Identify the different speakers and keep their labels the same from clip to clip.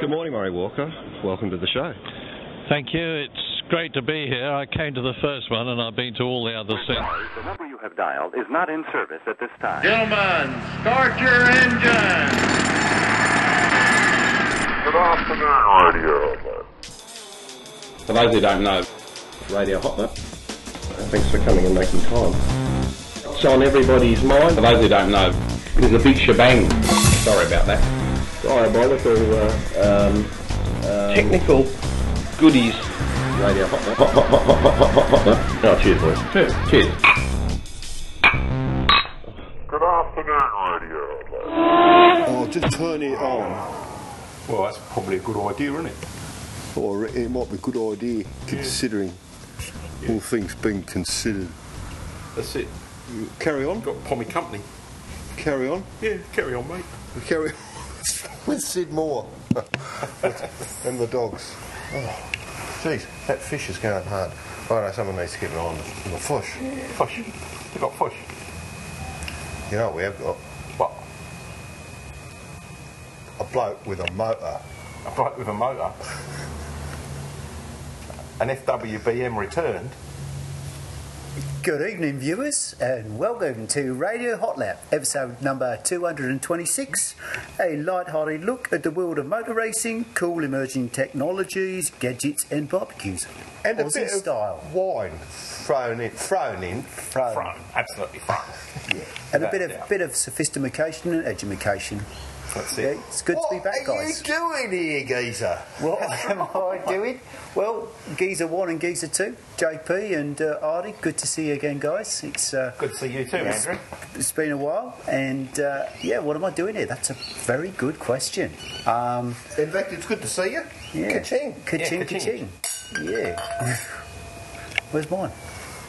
Speaker 1: Good morning, Murray Walker. Welcome to the show.
Speaker 2: Thank you. It's great to be here. I came to the first one and I've been to all the others since.
Speaker 3: The number you have dialed is not in service at this time.
Speaker 4: Gentlemen, start your engine.
Speaker 5: Good afternoon, Radio Hotler.
Speaker 6: For those who don't know, Radio Hotler.
Speaker 1: Thanks for coming and making time. It's on everybody's mind.
Speaker 6: For those who don't know, it is a big shebang. Sorry about that.
Speaker 1: Diabolical uh, um, um, technical goodies. Radio hot, hot, hot, hot, hot, hot, hot, hot, hot. Oh, cheers, boys.
Speaker 6: Cheers. Cheers.
Speaker 5: Good afternoon, Radio Hotler.
Speaker 7: Oh, just turn it on.
Speaker 8: Well, that's probably a good idea, isn't it?
Speaker 7: Or it might be a good idea considering all things being considered.
Speaker 8: That's it.
Speaker 7: Carry on,
Speaker 8: Got Pommy Company.
Speaker 7: carry on,
Speaker 8: Yeah, carry on, mate.
Speaker 7: carry on. With Sid Moore and the dogs.
Speaker 9: Oh. Jeez, that fish is going hard. Right, now someone needs to get it on the, on the fish.
Speaker 8: Fush. They got fush.
Speaker 9: You know what we have got?
Speaker 8: What?
Speaker 9: A bloke with a motor.
Speaker 8: A bloke with a motor. An FWBM returned.
Speaker 10: Good evening, viewers, and welcome to Radio Hot Lap, episode number 226. A light-hearted look at the world of motor racing, cool emerging technologies, gadgets, and barbecues.
Speaker 9: And a
Speaker 10: Aussie
Speaker 9: bit of
Speaker 10: style.
Speaker 9: wine thrown in. Thrown in.
Speaker 10: Thrown.
Speaker 8: Front. Absolutely front.
Speaker 10: And a
Speaker 8: Without
Speaker 10: bit of
Speaker 8: doubt.
Speaker 10: bit of sophistication and edumacation.
Speaker 8: That's
Speaker 10: Yeah,
Speaker 8: it.
Speaker 10: it's good
Speaker 9: what
Speaker 10: to be back,
Speaker 9: are
Speaker 10: guys.
Speaker 9: you doing here, geezer?
Speaker 10: What am I doing? Well, Geezer 1 and Geezer 2, JP and uh, Artie, good to see you again, guys. It's uh,
Speaker 8: Good to see you too,
Speaker 10: Yes.
Speaker 8: Andrew.
Speaker 10: It's been a while, and uh, yeah, what am I doing here? That's a very good question. Um,
Speaker 9: In fact, it's good to see you.
Speaker 10: yeah.
Speaker 9: Ka-ching.
Speaker 10: Ka-ching,
Speaker 8: Yeah, ka-ching.
Speaker 10: ka-ching. Yeah. Where's mine?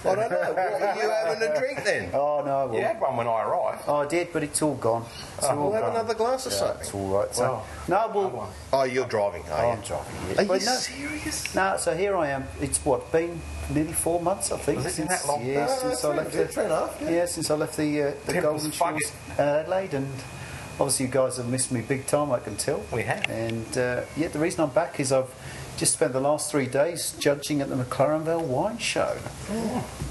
Speaker 9: I don't know. What are you having a drink then?
Speaker 10: Oh, no, I will.
Speaker 8: You had one when I arrived.
Speaker 10: Oh, I did, but it's all gone. It's all
Speaker 9: Oh, We'll have
Speaker 10: gone.
Speaker 9: another glass of
Speaker 10: Yeah,
Speaker 9: something.
Speaker 10: it's all right. So,
Speaker 8: Well,
Speaker 10: no, well,
Speaker 8: one.
Speaker 9: Oh, you're driving, are
Speaker 10: oh,
Speaker 9: you?
Speaker 10: I'm driving. yes.
Speaker 9: Are you
Speaker 10: But no,
Speaker 9: serious?
Speaker 10: no, so here I am. It's what been nearly four months, I think.
Speaker 8: Was it
Speaker 10: since,
Speaker 8: that long?
Speaker 10: Yeah,
Speaker 8: No,
Speaker 10: since
Speaker 9: that's
Speaker 10: I
Speaker 9: fair-
Speaker 10: left. the-
Speaker 9: fair enough,
Speaker 10: Yeah. since I left the uh, the
Speaker 8: Temple's
Speaker 10: Golden Shores uh, Adelaide, and obviously you guys have missed me big time. I can tell.
Speaker 8: We have.
Speaker 10: And uh, yeah, the reason I'm back is I've just spent the last three days judging at the McLarenvale Wine Show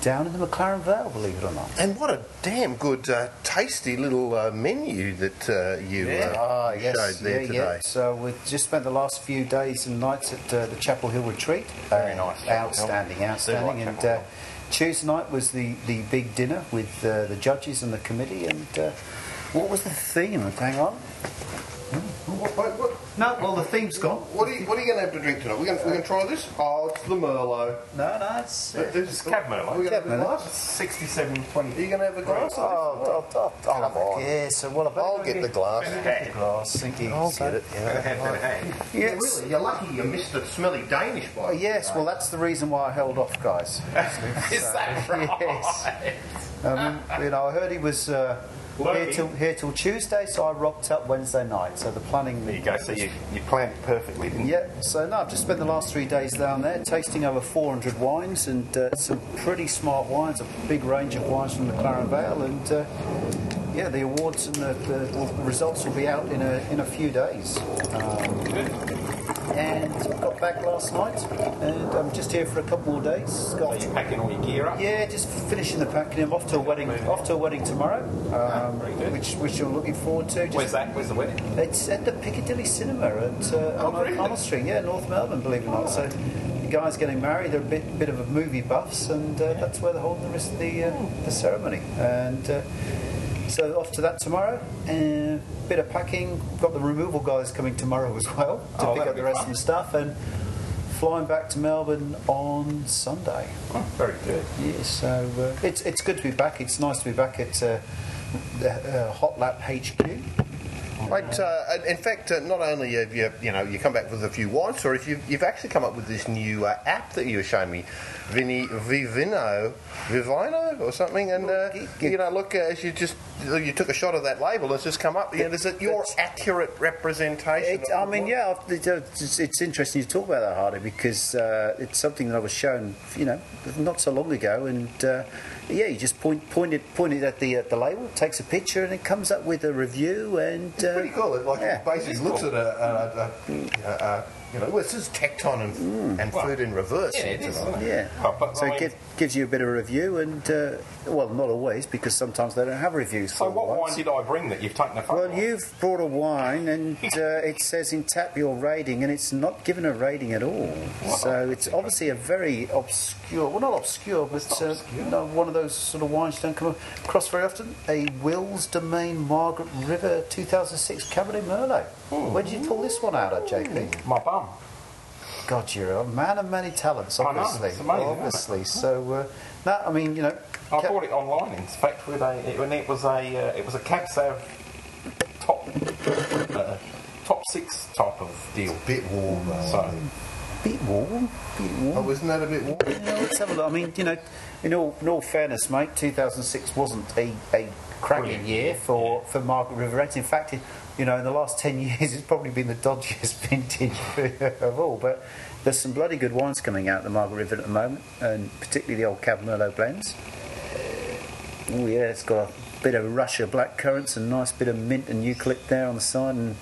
Speaker 10: down in the McLaren Vale, believe it or not.
Speaker 9: And what a damn good, uh, tasty little uh, menu that uh, you
Speaker 8: Yeah.
Speaker 9: uh,
Speaker 10: Ah,
Speaker 9: you
Speaker 10: yes,
Speaker 9: showed there
Speaker 10: yeah,
Speaker 9: today.
Speaker 10: yeah. So we've just spent the last few days and nights at uh, the Chapel Hill Retreat.
Speaker 8: Very nice, Chapel Hill.
Speaker 10: Outstanding,
Speaker 8: Do like
Speaker 10: outstanding. and
Speaker 8: Chapel
Speaker 10: uh,
Speaker 8: Hill.
Speaker 10: Tuesday night was the, the big dinner with uh, the judges and the committee. And uh, what was the theme? Hang on.
Speaker 9: What, what, what,
Speaker 10: No, well, the theme's gone.
Speaker 9: what are you, what are you going to have to drink tonight? We're going, we're going to try this? Oh, it's the Merlot.
Speaker 10: No, no, it's.
Speaker 9: This
Speaker 10: Uh,
Speaker 9: is
Speaker 8: Cab Merlot.
Speaker 9: We're going to have a
Speaker 10: Cab Merlot.
Speaker 9: glass.
Speaker 8: 6720.
Speaker 9: Are you going to have a glass?
Speaker 10: Oh, oh, oh, oh,
Speaker 9: Come on.
Speaker 10: Yeah, so what about
Speaker 9: I'll get the glass.
Speaker 10: the glass? Thinking,
Speaker 9: I'll
Speaker 10: so-
Speaker 9: get it.
Speaker 10: Yes.
Speaker 9: you're lucky you missed the smelly Danish
Speaker 10: Oh,
Speaker 9: bite.
Speaker 10: yes, well, that's the reason why I held off, guys.
Speaker 8: Is that right?
Speaker 10: yes. Um, you know, I heard he was uh, here
Speaker 8: Working.
Speaker 10: till here till Tuesday, so I rocked up Wednesday night. So the planning.
Speaker 8: There you go. So you, you planned it perfectly, didn't you?
Speaker 10: Yeah, so no, I've just spent the last three days down there tasting over 400 wines and uh, some pretty smart wines, a big range of wines from the Claren Vale, and uh, yeah, the awards and the, the results will be out in a, in a few days. Um, and got back last night, and I'm just here for a couple more days.
Speaker 8: Are
Speaker 10: Got
Speaker 8: you packing all your gear up?
Speaker 10: yeah, just finishing the packing. I'm off to a wedding. Off to a wedding tomorrow, um,
Speaker 8: Ah, very good.
Speaker 10: which which I'm looking forward to. Just-
Speaker 8: Where's that? Where's the wedding?
Speaker 10: It's at the Piccadilly Cinema at uh, on Old
Speaker 8: Oh, really?
Speaker 10: Connell Street, yeah, North Melbourne. Believe it or not. So the guys getting married, they're a bit bit of a movie buffs, and uh, that's where they hold the rest of the uh,
Speaker 8: Oh.
Speaker 10: the ceremony. And uh, so off to that tomorrow. And bit of packing. Got the removal guys coming tomorrow as well to
Speaker 8: Oh, that'll
Speaker 10: pick up the
Speaker 8: be
Speaker 10: rest
Speaker 8: fun.
Speaker 10: of the stuff and. Flying back to Melbourne on Sunday.
Speaker 8: Oh, very good.
Speaker 10: Yeah, so uh, it's it's good to be back. It's nice to be back at uh, the uh, Hot Lap HQ.
Speaker 9: Mate, uh, and in fact, uh, not only have you, you know, you come back with a few wine stories, you've, you've actually come up with this new uh, app that you were showing me, Vinny Vivino, Vivino or something. And, uh,
Speaker 10: Well, g- g-
Speaker 9: you know, look, uh, as you just you took a shot of that label. It's just come up. You know, is it your accurate representation?
Speaker 10: It, I
Speaker 9: of
Speaker 10: mean,
Speaker 9: what-
Speaker 10: yeah, I've- it's, it's interesting to talk about that, Hardy, because uh, it's something that I was shown, you know, not so long ago, and uh, yeah, you just point point it point it at the at the label, takes a picture, and it comes up with a review, and uh,
Speaker 9: pretty cool. It like
Speaker 10: yeah.
Speaker 9: basically looks at a, a, a, a, a you know, well, this is tecton and,
Speaker 10: Mm.
Speaker 9: and food in reverse.
Speaker 8: Yeah, it is, isn't it?
Speaker 10: Yeah.
Speaker 8: Oh, but
Speaker 10: so
Speaker 8: I mean-
Speaker 10: it give, gives you a bit of a review, and uh, well, not always, because sometimes they don't have reviews.
Speaker 8: So
Speaker 10: for
Speaker 8: what
Speaker 10: wines.
Speaker 8: wine did I bring that you've taken a photo
Speaker 10: Well, you've brought a wine, and uh, it says in tap your rating, and it's not given a rating at all. So it's obviously a very obscure, well, not obscure, but uh, no, one of those sort of wines you don't come across very often. A Wills Domain Margaret River 2006 Cabernet Merlot. Where did you pull this one out of, JP?
Speaker 8: of? Hmm. My bum.
Speaker 10: God, you're a man of many talents,
Speaker 8: I know, it's
Speaker 10: obviously.
Speaker 8: amazing, isn't it?
Speaker 10: obviously. So, uh, no, I mean, you know.
Speaker 8: I
Speaker 10: Ca-
Speaker 8: bought it online. In fact, with a it, when it was a uh, it was a cab sav top uh, top six type of deal.
Speaker 9: Bit warm. Though.
Speaker 8: So
Speaker 10: Bit warm, bit warm.
Speaker 9: Oh, isn't that a bit warm?
Speaker 10: Yeah, let's have a look. I mean, you know, in all, in all fairness, mate, 2006 wasn't a, a cracking year for, for Margaret Riveret. In fact, it, you know, in the last 10 years, it's probably been the dodgiest vintage of all. But there's some bloody good wines coming out of the Margaret River at the moment, and particularly the old Cab Merlot blends. Oh, yeah, it's got a bit of Russia black currants, a nice bit of mint and eucalypt there on the side, and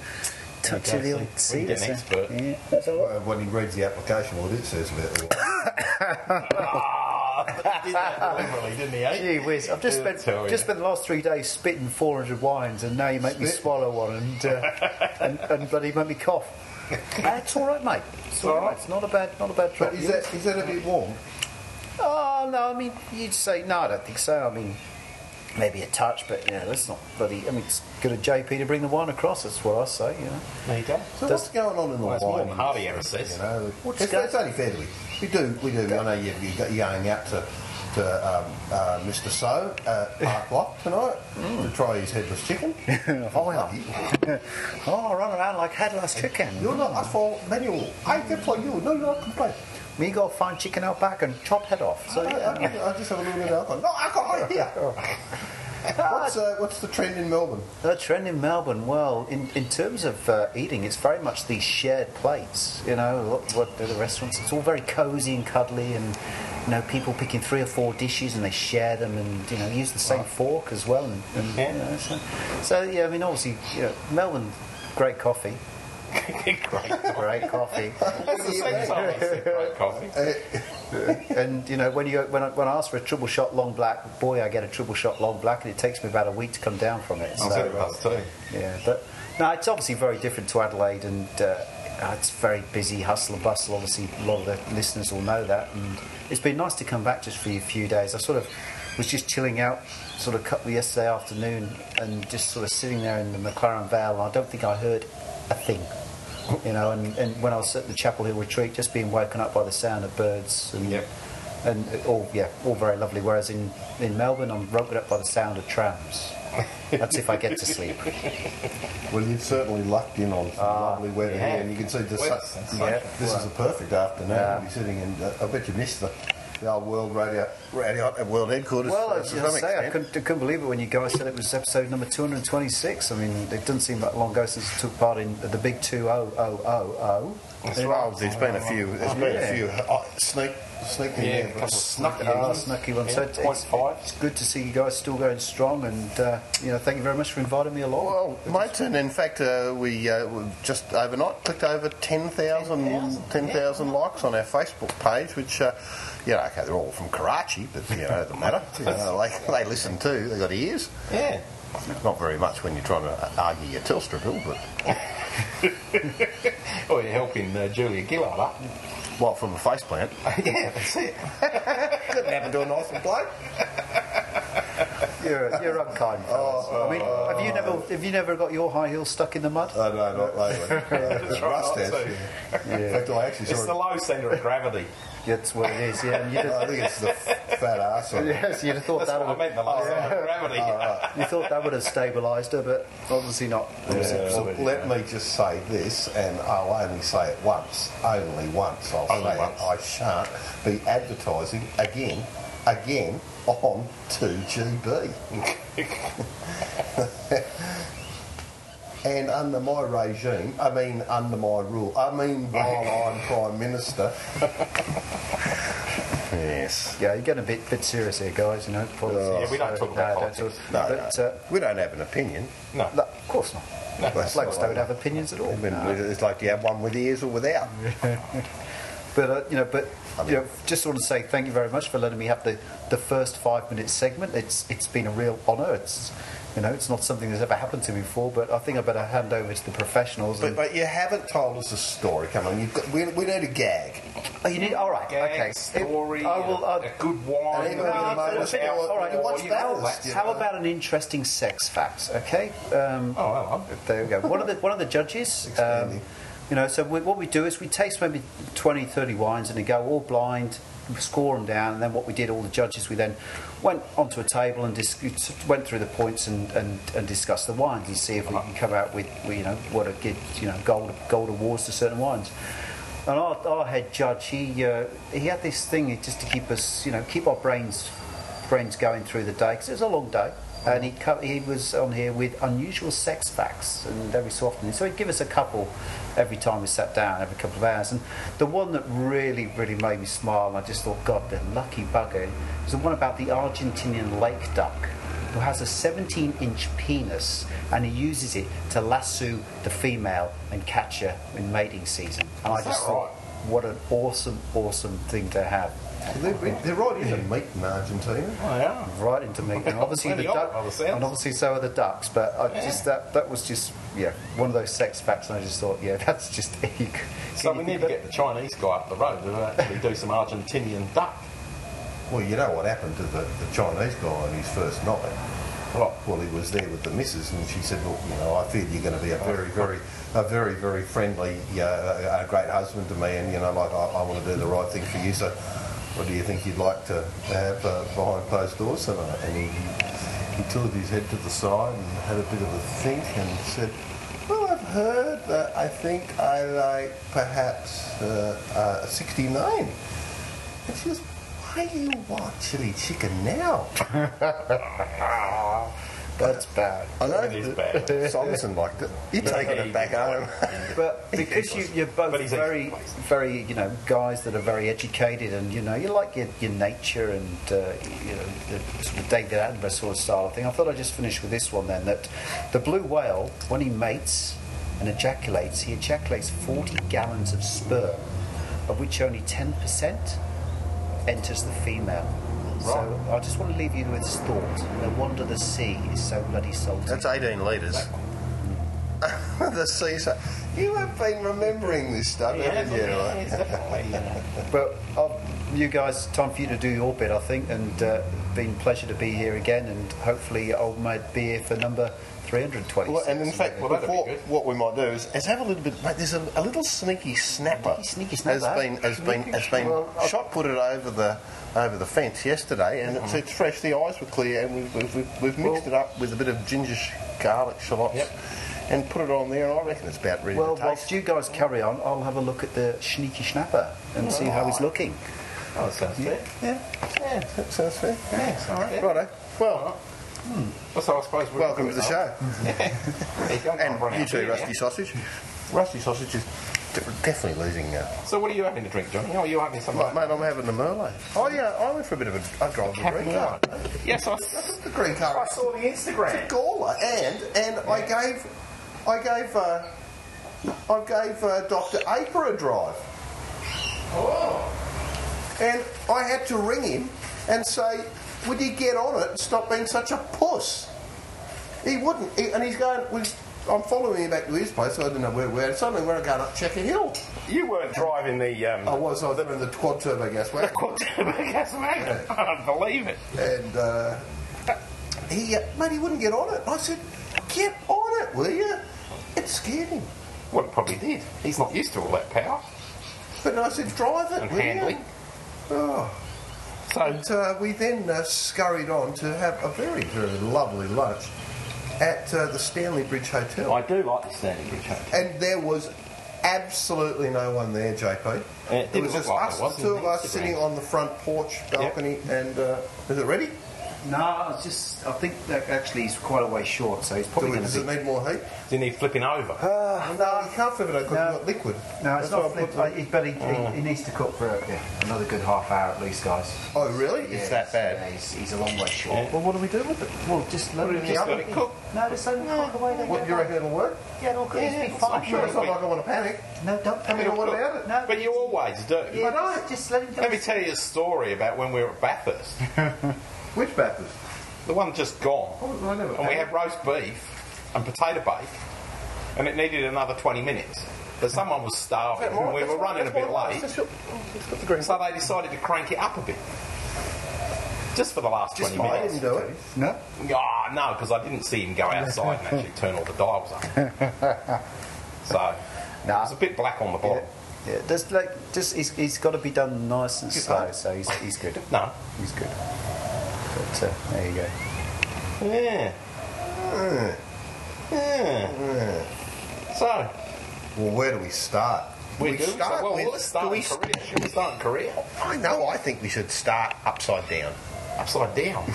Speaker 10: touch of
Speaker 8: Okay, so
Speaker 10: the old
Speaker 8: we can
Speaker 10: cedar.
Speaker 8: get an
Speaker 10: so-
Speaker 8: expert.
Speaker 10: Yeah, that's all right.
Speaker 9: When he reads the application, what it says about it.
Speaker 8: ah, he did that deliberately, didn't he?
Speaker 10: Gee
Speaker 8: Eh?
Speaker 10: whiz! I've just
Speaker 8: Yeah,
Speaker 10: spent
Speaker 8: tell you.
Speaker 10: just spent the last three days spitting 400 wines, and now you make me swallow one, and uh, and, and bloody make me cough. That's all right, mate. It's all right. It's not a bad not a bad drop.
Speaker 9: But is that, is that a bit warm?
Speaker 10: Oh no! I mean, you'd say no. I don't think so. I mean, maybe a touch, but yeah, that's not bloody. I mean, it's good of JP to bring the wine across. That's what I say. You know.
Speaker 8: There you go.
Speaker 9: So what's going on in the
Speaker 8: Well, it's more
Speaker 9: wine?
Speaker 8: than Harvey ever
Speaker 9: industry,
Speaker 8: says.
Speaker 9: You know,
Speaker 10: What's
Speaker 9: it's,
Speaker 10: go-
Speaker 9: it's only fair to we, we do, we do. I know you, you got, you're going out to, to um, uh, Mr. So at Park Lock tonight to try his headless chicken. oh, yeah.
Speaker 10: Oh, I run around like headless chicken.
Speaker 9: You're not a full manual. I can for you. No, you're not complain.
Speaker 10: Me go find chicken out back and chop head off. So
Speaker 9: I,
Speaker 10: yeah.
Speaker 9: I, I just have a little bit of alcohol. No, alcohol right here. What's, uh, what's the trend in Melbourne?
Speaker 10: The trend in Melbourne, well, in, in terms of uh, eating, it's very much the shared plates. You know, what, what the restaurants, it's all very cosy and cuddly, and you know, people picking three or four dishes and they share them, and you know, use the same fork as well. And, and
Speaker 8: Yeah.
Speaker 10: you know, so, so yeah, I mean, obviously, you know, Melbourne, great coffee,
Speaker 8: Great.
Speaker 10: great coffee.
Speaker 8: That's the second time I said great coffee.
Speaker 10: and you know, when you when I, when I ask for a triple shot long black, boy, I get a triple shot long black, and it takes me about a week to come down from it.
Speaker 9: Oh,
Speaker 8: I'm
Speaker 10: So,
Speaker 8: sorry,
Speaker 9: uh,
Speaker 8: that's too.
Speaker 10: Yeah, but no, it's obviously very different to Adelaide, and uh, it's very busy, hustle and bustle. Obviously, a lot of the listeners will know that, and it's been nice to come back just for a few days. I sort of was just chilling out, sort of a couple yesterday afternoon, and just sort of sitting there in the McLaren Vale. And I don't think I heard a thing, you know. And, and when I was at the Chapel Hill retreat, just being woken up by the sound of birds and.
Speaker 8: Yep.
Speaker 10: And it all, yeah, all very lovely. Whereas in, in Melbourne, I'm woken up by the sound of trams. That's if I get to sleep.
Speaker 9: Well, you've certainly lucked in on some lovely weather
Speaker 8: Ah, yeah.
Speaker 9: here, and you can see the
Speaker 8: Well,
Speaker 9: sun.
Speaker 8: it's
Speaker 10: yeah.
Speaker 9: This is a perfect afternoon.
Speaker 10: Yeah.
Speaker 9: to be sitting in. Uh, I bet you missed the, the old world radio, radio at world headquarters.
Speaker 10: Well,
Speaker 9: uh,
Speaker 10: I
Speaker 9: to
Speaker 10: was
Speaker 9: some
Speaker 10: going to say, I
Speaker 9: extent.
Speaker 10: couldn't, I couldn't believe it when you guys said it was episode number 226. I mean, it doesn't seem that long ago since I took part in the big oh, 20000.
Speaker 9: That's right. There's been a few. There's been
Speaker 10: oh. Yeah.
Speaker 9: a few uh, sneak, sneak in
Speaker 8: Yeah,
Speaker 9: there.
Speaker 8: a couple of snuck in.
Speaker 10: Ah, snucky one. So
Speaker 8: Yeah,
Speaker 10: it's,
Speaker 8: point
Speaker 10: it's,
Speaker 8: five.
Speaker 10: it's good to see you guys still going strong, and uh, you know, thank you very much for inviting me along.
Speaker 9: Well, mate, and in fact, uh, we uh, we just overnight clicked over 10,000 10,000 likes on our Facebook page, which, uh, you know, okay, they're all from Karachi, but, you know, it doesn't matter. You know, they, they listen too, they've got ears.
Speaker 8: Yeah.
Speaker 9: Not very much when you're trying to argue your Telstra bill, but,
Speaker 8: Oh, you're helping uh, Julia Gillard up.
Speaker 9: well, from a faceplant.
Speaker 8: yeah, that's it.
Speaker 9: Couldn't happen to an awesome bloke.
Speaker 10: you're, you're unkind. fellas. I mean, have you never have you never got your high heels stuck in the mud?
Speaker 9: Oh, no, not lately. Uh,
Speaker 8: right,
Speaker 9: Rust
Speaker 8: not
Speaker 9: has.
Speaker 8: to.
Speaker 9: yeah. In fact, I actually
Speaker 8: It's the
Speaker 9: saw it.
Speaker 8: low centre of gravity.
Speaker 10: That's what it is. Yeah, and you
Speaker 9: I
Speaker 10: just,
Speaker 9: think it's the fat ass on it.
Speaker 10: yes, you'd have thought
Speaker 8: That's
Speaker 10: that
Speaker 8: what I
Speaker 10: would
Speaker 8: meant, the low centre of gravity.
Speaker 10: you thought that would have stabilised her, but obviously not.
Speaker 9: So let me just say this, and I'll only say it once, only once. I'll
Speaker 8: Only
Speaker 9: say
Speaker 8: once.
Speaker 9: it. I shan't be advertising again again on 2GB. and under my regime, I mean under my rule, I mean while I'm Prime Minister. yes.
Speaker 10: Yeah, you're getting a bit bit serious here, guys. You know, politics.
Speaker 8: Yeah, we don't talk about
Speaker 10: no,
Speaker 8: politics.
Speaker 10: don't talk-
Speaker 9: No,
Speaker 10: but
Speaker 9: no.
Speaker 10: Uh,
Speaker 9: we don't have an opinion.
Speaker 8: No.
Speaker 10: no, of course not.
Speaker 9: that's
Speaker 10: Blokes
Speaker 9: not
Speaker 10: don't
Speaker 9: right.
Speaker 10: have opinions at all.
Speaker 9: I mean, It's like do you have one with ears or without?
Speaker 10: But uh, you know, but you know, just want to say thank you very much for letting me have the, the first five minute segment. It's it's been a real honour. It's you know, it's not something that's ever happened to me before. But I think I better hand over to the professionals.
Speaker 9: But,
Speaker 10: and-
Speaker 9: but you haven't told us a story. Come on, you've got, we, we need a gag.
Speaker 10: oh, you need all right, okay.
Speaker 8: Gag, story,
Speaker 10: I will.
Speaker 8: a-
Speaker 10: Uh,
Speaker 8: a good wine.
Speaker 9: And even with a motor
Speaker 8: yeah,
Speaker 9: sport,
Speaker 8: all right,
Speaker 9: you watch
Speaker 8: well,
Speaker 9: that
Speaker 8: know,
Speaker 9: list,
Speaker 8: that's-
Speaker 9: you
Speaker 10: how about an interesting sex fact? Okay. Um,
Speaker 8: Oh, hello.
Speaker 10: There we go. One of the one of the judges. Um, you know, so we, what we do is we taste maybe 20, 30 wines and we go all blind, score them down, and then what we did, all the judges, we then went onto a table and dis- went through the points and, and, and discussed the wines and see if we can come out with, you know, what a good, you know, gold gold awards to certain wines. And our, our head judge, he uh, he had this thing just to keep us, you know, keep our brains brains going through the day because it was a long day. And he co- he was on here with unusual sex facts, and every so often, so he'd give us a couple every time we sat down, every couple of hours. And the one that really, really made me smile, and I just thought, God, the lucky bugger, was the one about the Argentinian lake duck who has a 17-inch penis, and he uses it to lasso the female and catch her in mating season. And I just thought, what an awesome, awesome thing to have.
Speaker 9: They're, they're right into meat in Argentina.
Speaker 8: Oh, yeah.
Speaker 10: right into me. And obviously the
Speaker 8: Bloody hell,
Speaker 10: duck,
Speaker 8: by the sounds.
Speaker 10: and obviously so are the ducks. But I just that that was just yeah one of those sex facts, and I just thought yeah that's just you c-
Speaker 8: So
Speaker 10: you
Speaker 8: we
Speaker 10: can
Speaker 8: need to get the Chinese guy up the road and actually do some Argentinian duck.
Speaker 9: Well, you know what happened to the, the Chinese guy on his first night?
Speaker 8: What?
Speaker 9: Well, he was there with the missus, and she said, "Look, you know, I fear you're going to be a very, very, a very, very friendly, uh, a great husband to me, and you know, like I, I want to do the right thing for you. So, what do you think you'd like to have uh, behind closed doors tonight?" And he, he tilted his head to the side and had a bit of a think and said, "Well, I've heard that I think I like perhaps uh, uh, 69." And she goes, "Why do you want chili chicken now?"
Speaker 10: That's bad.
Speaker 9: I know.
Speaker 8: is bad.
Speaker 9: Somerson liked it. You're taking it back home.
Speaker 10: But because you, you're both
Speaker 8: But he's
Speaker 10: very,
Speaker 8: Asian.
Speaker 10: very, you know, guys that are very educated, and you know, you like your, your nature and uh, you know, the sort of David Attenborough sort of style of thing. I thought I'd just finish with this one then. That the blue whale, when he mates and ejaculates, he ejaculates 40 gallons of sperm, of which only 10% enters the female. So I just want to leave you with this thought. No wonder the sea is so bloody salty.
Speaker 9: That's 18 litres. the Caesar. You have been remembering this stuff, haven't you?
Speaker 10: But uh, you guys, time for you to do your bit, I think, and uh, been pleasure to be here again, and hopefully old mate be here for number 320.
Speaker 9: Well, and in fact,
Speaker 8: Well, that'd be
Speaker 9: before,
Speaker 8: good.
Speaker 9: what we might do is, is have a little bit. Mate, there's a, a little sneaky snapper,
Speaker 10: Sneaky, sneaky snapper.
Speaker 9: has been has been has been
Speaker 10: Well, I-
Speaker 9: shot put it over the over the fence yesterday, and it's, it's fresh. The eyes were clear, and we've we've, we've, we've mixed it up with a bit of ginger, sh- garlic, shallots, and put it on there. And I reckon it's about ready
Speaker 10: well,
Speaker 9: to taste.
Speaker 10: whilst you guys carry on, I'll have a look at the sneaky schnapper and see how he's looking.
Speaker 8: Oh, sounds good.
Speaker 9: Yeah, yeah, that sounds fair.
Speaker 8: Yeah, all right.
Speaker 9: Righto. Well,
Speaker 8: Well, so I suppose we're
Speaker 9: welcome to the show.
Speaker 8: There you go.
Speaker 9: And
Speaker 8: Bring
Speaker 9: you
Speaker 8: it
Speaker 9: too,
Speaker 8: up.
Speaker 9: Rusty Sausage. Rusty Sausage is de- definitely losing now.
Speaker 8: So what are you having to drink, Johnny? Oh, you having some?
Speaker 9: Mate, mate, I'm having a Merlot. Oh, yeah, I went for a bit of a... I drove the green car.
Speaker 8: Yes, I,
Speaker 9: The green car.
Speaker 8: I saw the Instagram.
Speaker 9: Gawler. And, and I gave... I gave, uh... I gave uh, Dr. Aper a drive. Oh. And I had to ring him and say, would you get on it and stop being such a puss? He wouldn't. He, and he's going... We, I'm following him back to his place. I didn't know where we were. Suddenly we're going up Checker Hill.
Speaker 8: You weren't driving the. Um,
Speaker 9: I was. I was in the quad turbo gas wagon.
Speaker 8: yes, mate. I don't believe it.
Speaker 9: and uh, he, uh, mate, he wouldn't get on it. I said, get on it, will you? It scared him.
Speaker 8: Well, it probably did. He's not used to all that power
Speaker 9: But I said, drive it,
Speaker 8: and
Speaker 9: will
Speaker 8: handling.
Speaker 9: you? Oh.
Speaker 8: So
Speaker 9: And uh, we then uh, scurried on to have a very, very lovely lunch at uh, the Stanley Bridge Hotel.
Speaker 8: I do like the standing bridge.
Speaker 9: And there was absolutely no one there,
Speaker 8: it
Speaker 9: JP. it
Speaker 8: didn't
Speaker 9: was
Speaker 8: look
Speaker 9: just
Speaker 8: like
Speaker 9: us,
Speaker 8: there was
Speaker 9: the two of
Speaker 8: indeed,
Speaker 9: us,
Speaker 8: did
Speaker 9: sitting
Speaker 8: it?
Speaker 9: on the front porch balcony. And uh, is it ready?
Speaker 10: No, it's just I think that actually he's quite a way short, so he's
Speaker 9: Do
Speaker 10: probably
Speaker 9: we,
Speaker 10: going
Speaker 9: does
Speaker 10: to
Speaker 9: it
Speaker 10: be.
Speaker 9: need more heat? Ah.
Speaker 8: Did he flipping over?
Speaker 10: Uh,
Speaker 9: No, you can't flip it because
Speaker 10: No.
Speaker 9: it's not liquid.
Speaker 10: no, it's
Speaker 9: That's why I
Speaker 10: not. Flip,
Speaker 9: put
Speaker 10: uh, he- but he,
Speaker 8: Oh.
Speaker 10: he, he needs to cook for yeah, another good half hour at least, guys.
Speaker 9: Oh, really? It's that
Speaker 10: Yeah,
Speaker 9: bad.
Speaker 10: he's, he's a long way short.
Speaker 8: Well, what do we do with it?
Speaker 10: Well, just let him
Speaker 9: Just let it cook.
Speaker 10: No, just let him cook the way they
Speaker 9: What,
Speaker 10: go
Speaker 9: you
Speaker 10: back.
Speaker 9: reckon it'll work?
Speaker 10: Yeah, it'll cook. It's been
Speaker 9: I'm
Speaker 10: fine.
Speaker 9: sure it's not like I want to panic.
Speaker 10: No, don't
Speaker 9: I mean, what about it?
Speaker 10: No,
Speaker 8: But you always do.
Speaker 10: yeah, just, just let him do
Speaker 8: Let me
Speaker 10: it.
Speaker 8: tell you a story about when we were at Bathurst.
Speaker 9: Which Baptist?
Speaker 8: The one just gone.
Speaker 9: Oh, I never
Speaker 8: and we
Speaker 9: had
Speaker 8: had roast beef and potato bake, and it needed another 20 minutes. But someone was starving, and we were running a bit late,
Speaker 10: Oh,
Speaker 8: so they decided to crank it up a bit. Just for the last 20
Speaker 9: I
Speaker 8: minutes.
Speaker 9: didn't do it.
Speaker 10: No,
Speaker 8: Ah, no, because I didn't see him go outside and actually turn all the dials up. so,
Speaker 10: Nah.
Speaker 8: it was a bit black on the bottom.
Speaker 10: yeah, just like just he's, he's got to be done nice and slow, so he's, he's good.
Speaker 8: No.
Speaker 10: He's good. But uh, there you go.
Speaker 8: Yeah. Yeah. So,
Speaker 9: Well, where do we start?
Speaker 8: we, do.
Speaker 9: start
Speaker 8: so, well,
Speaker 9: with-
Speaker 8: let's start
Speaker 9: do we
Speaker 8: in Korea. Should we start in Korea?
Speaker 9: I know. I think we should start upside down.
Speaker 8: Upside down.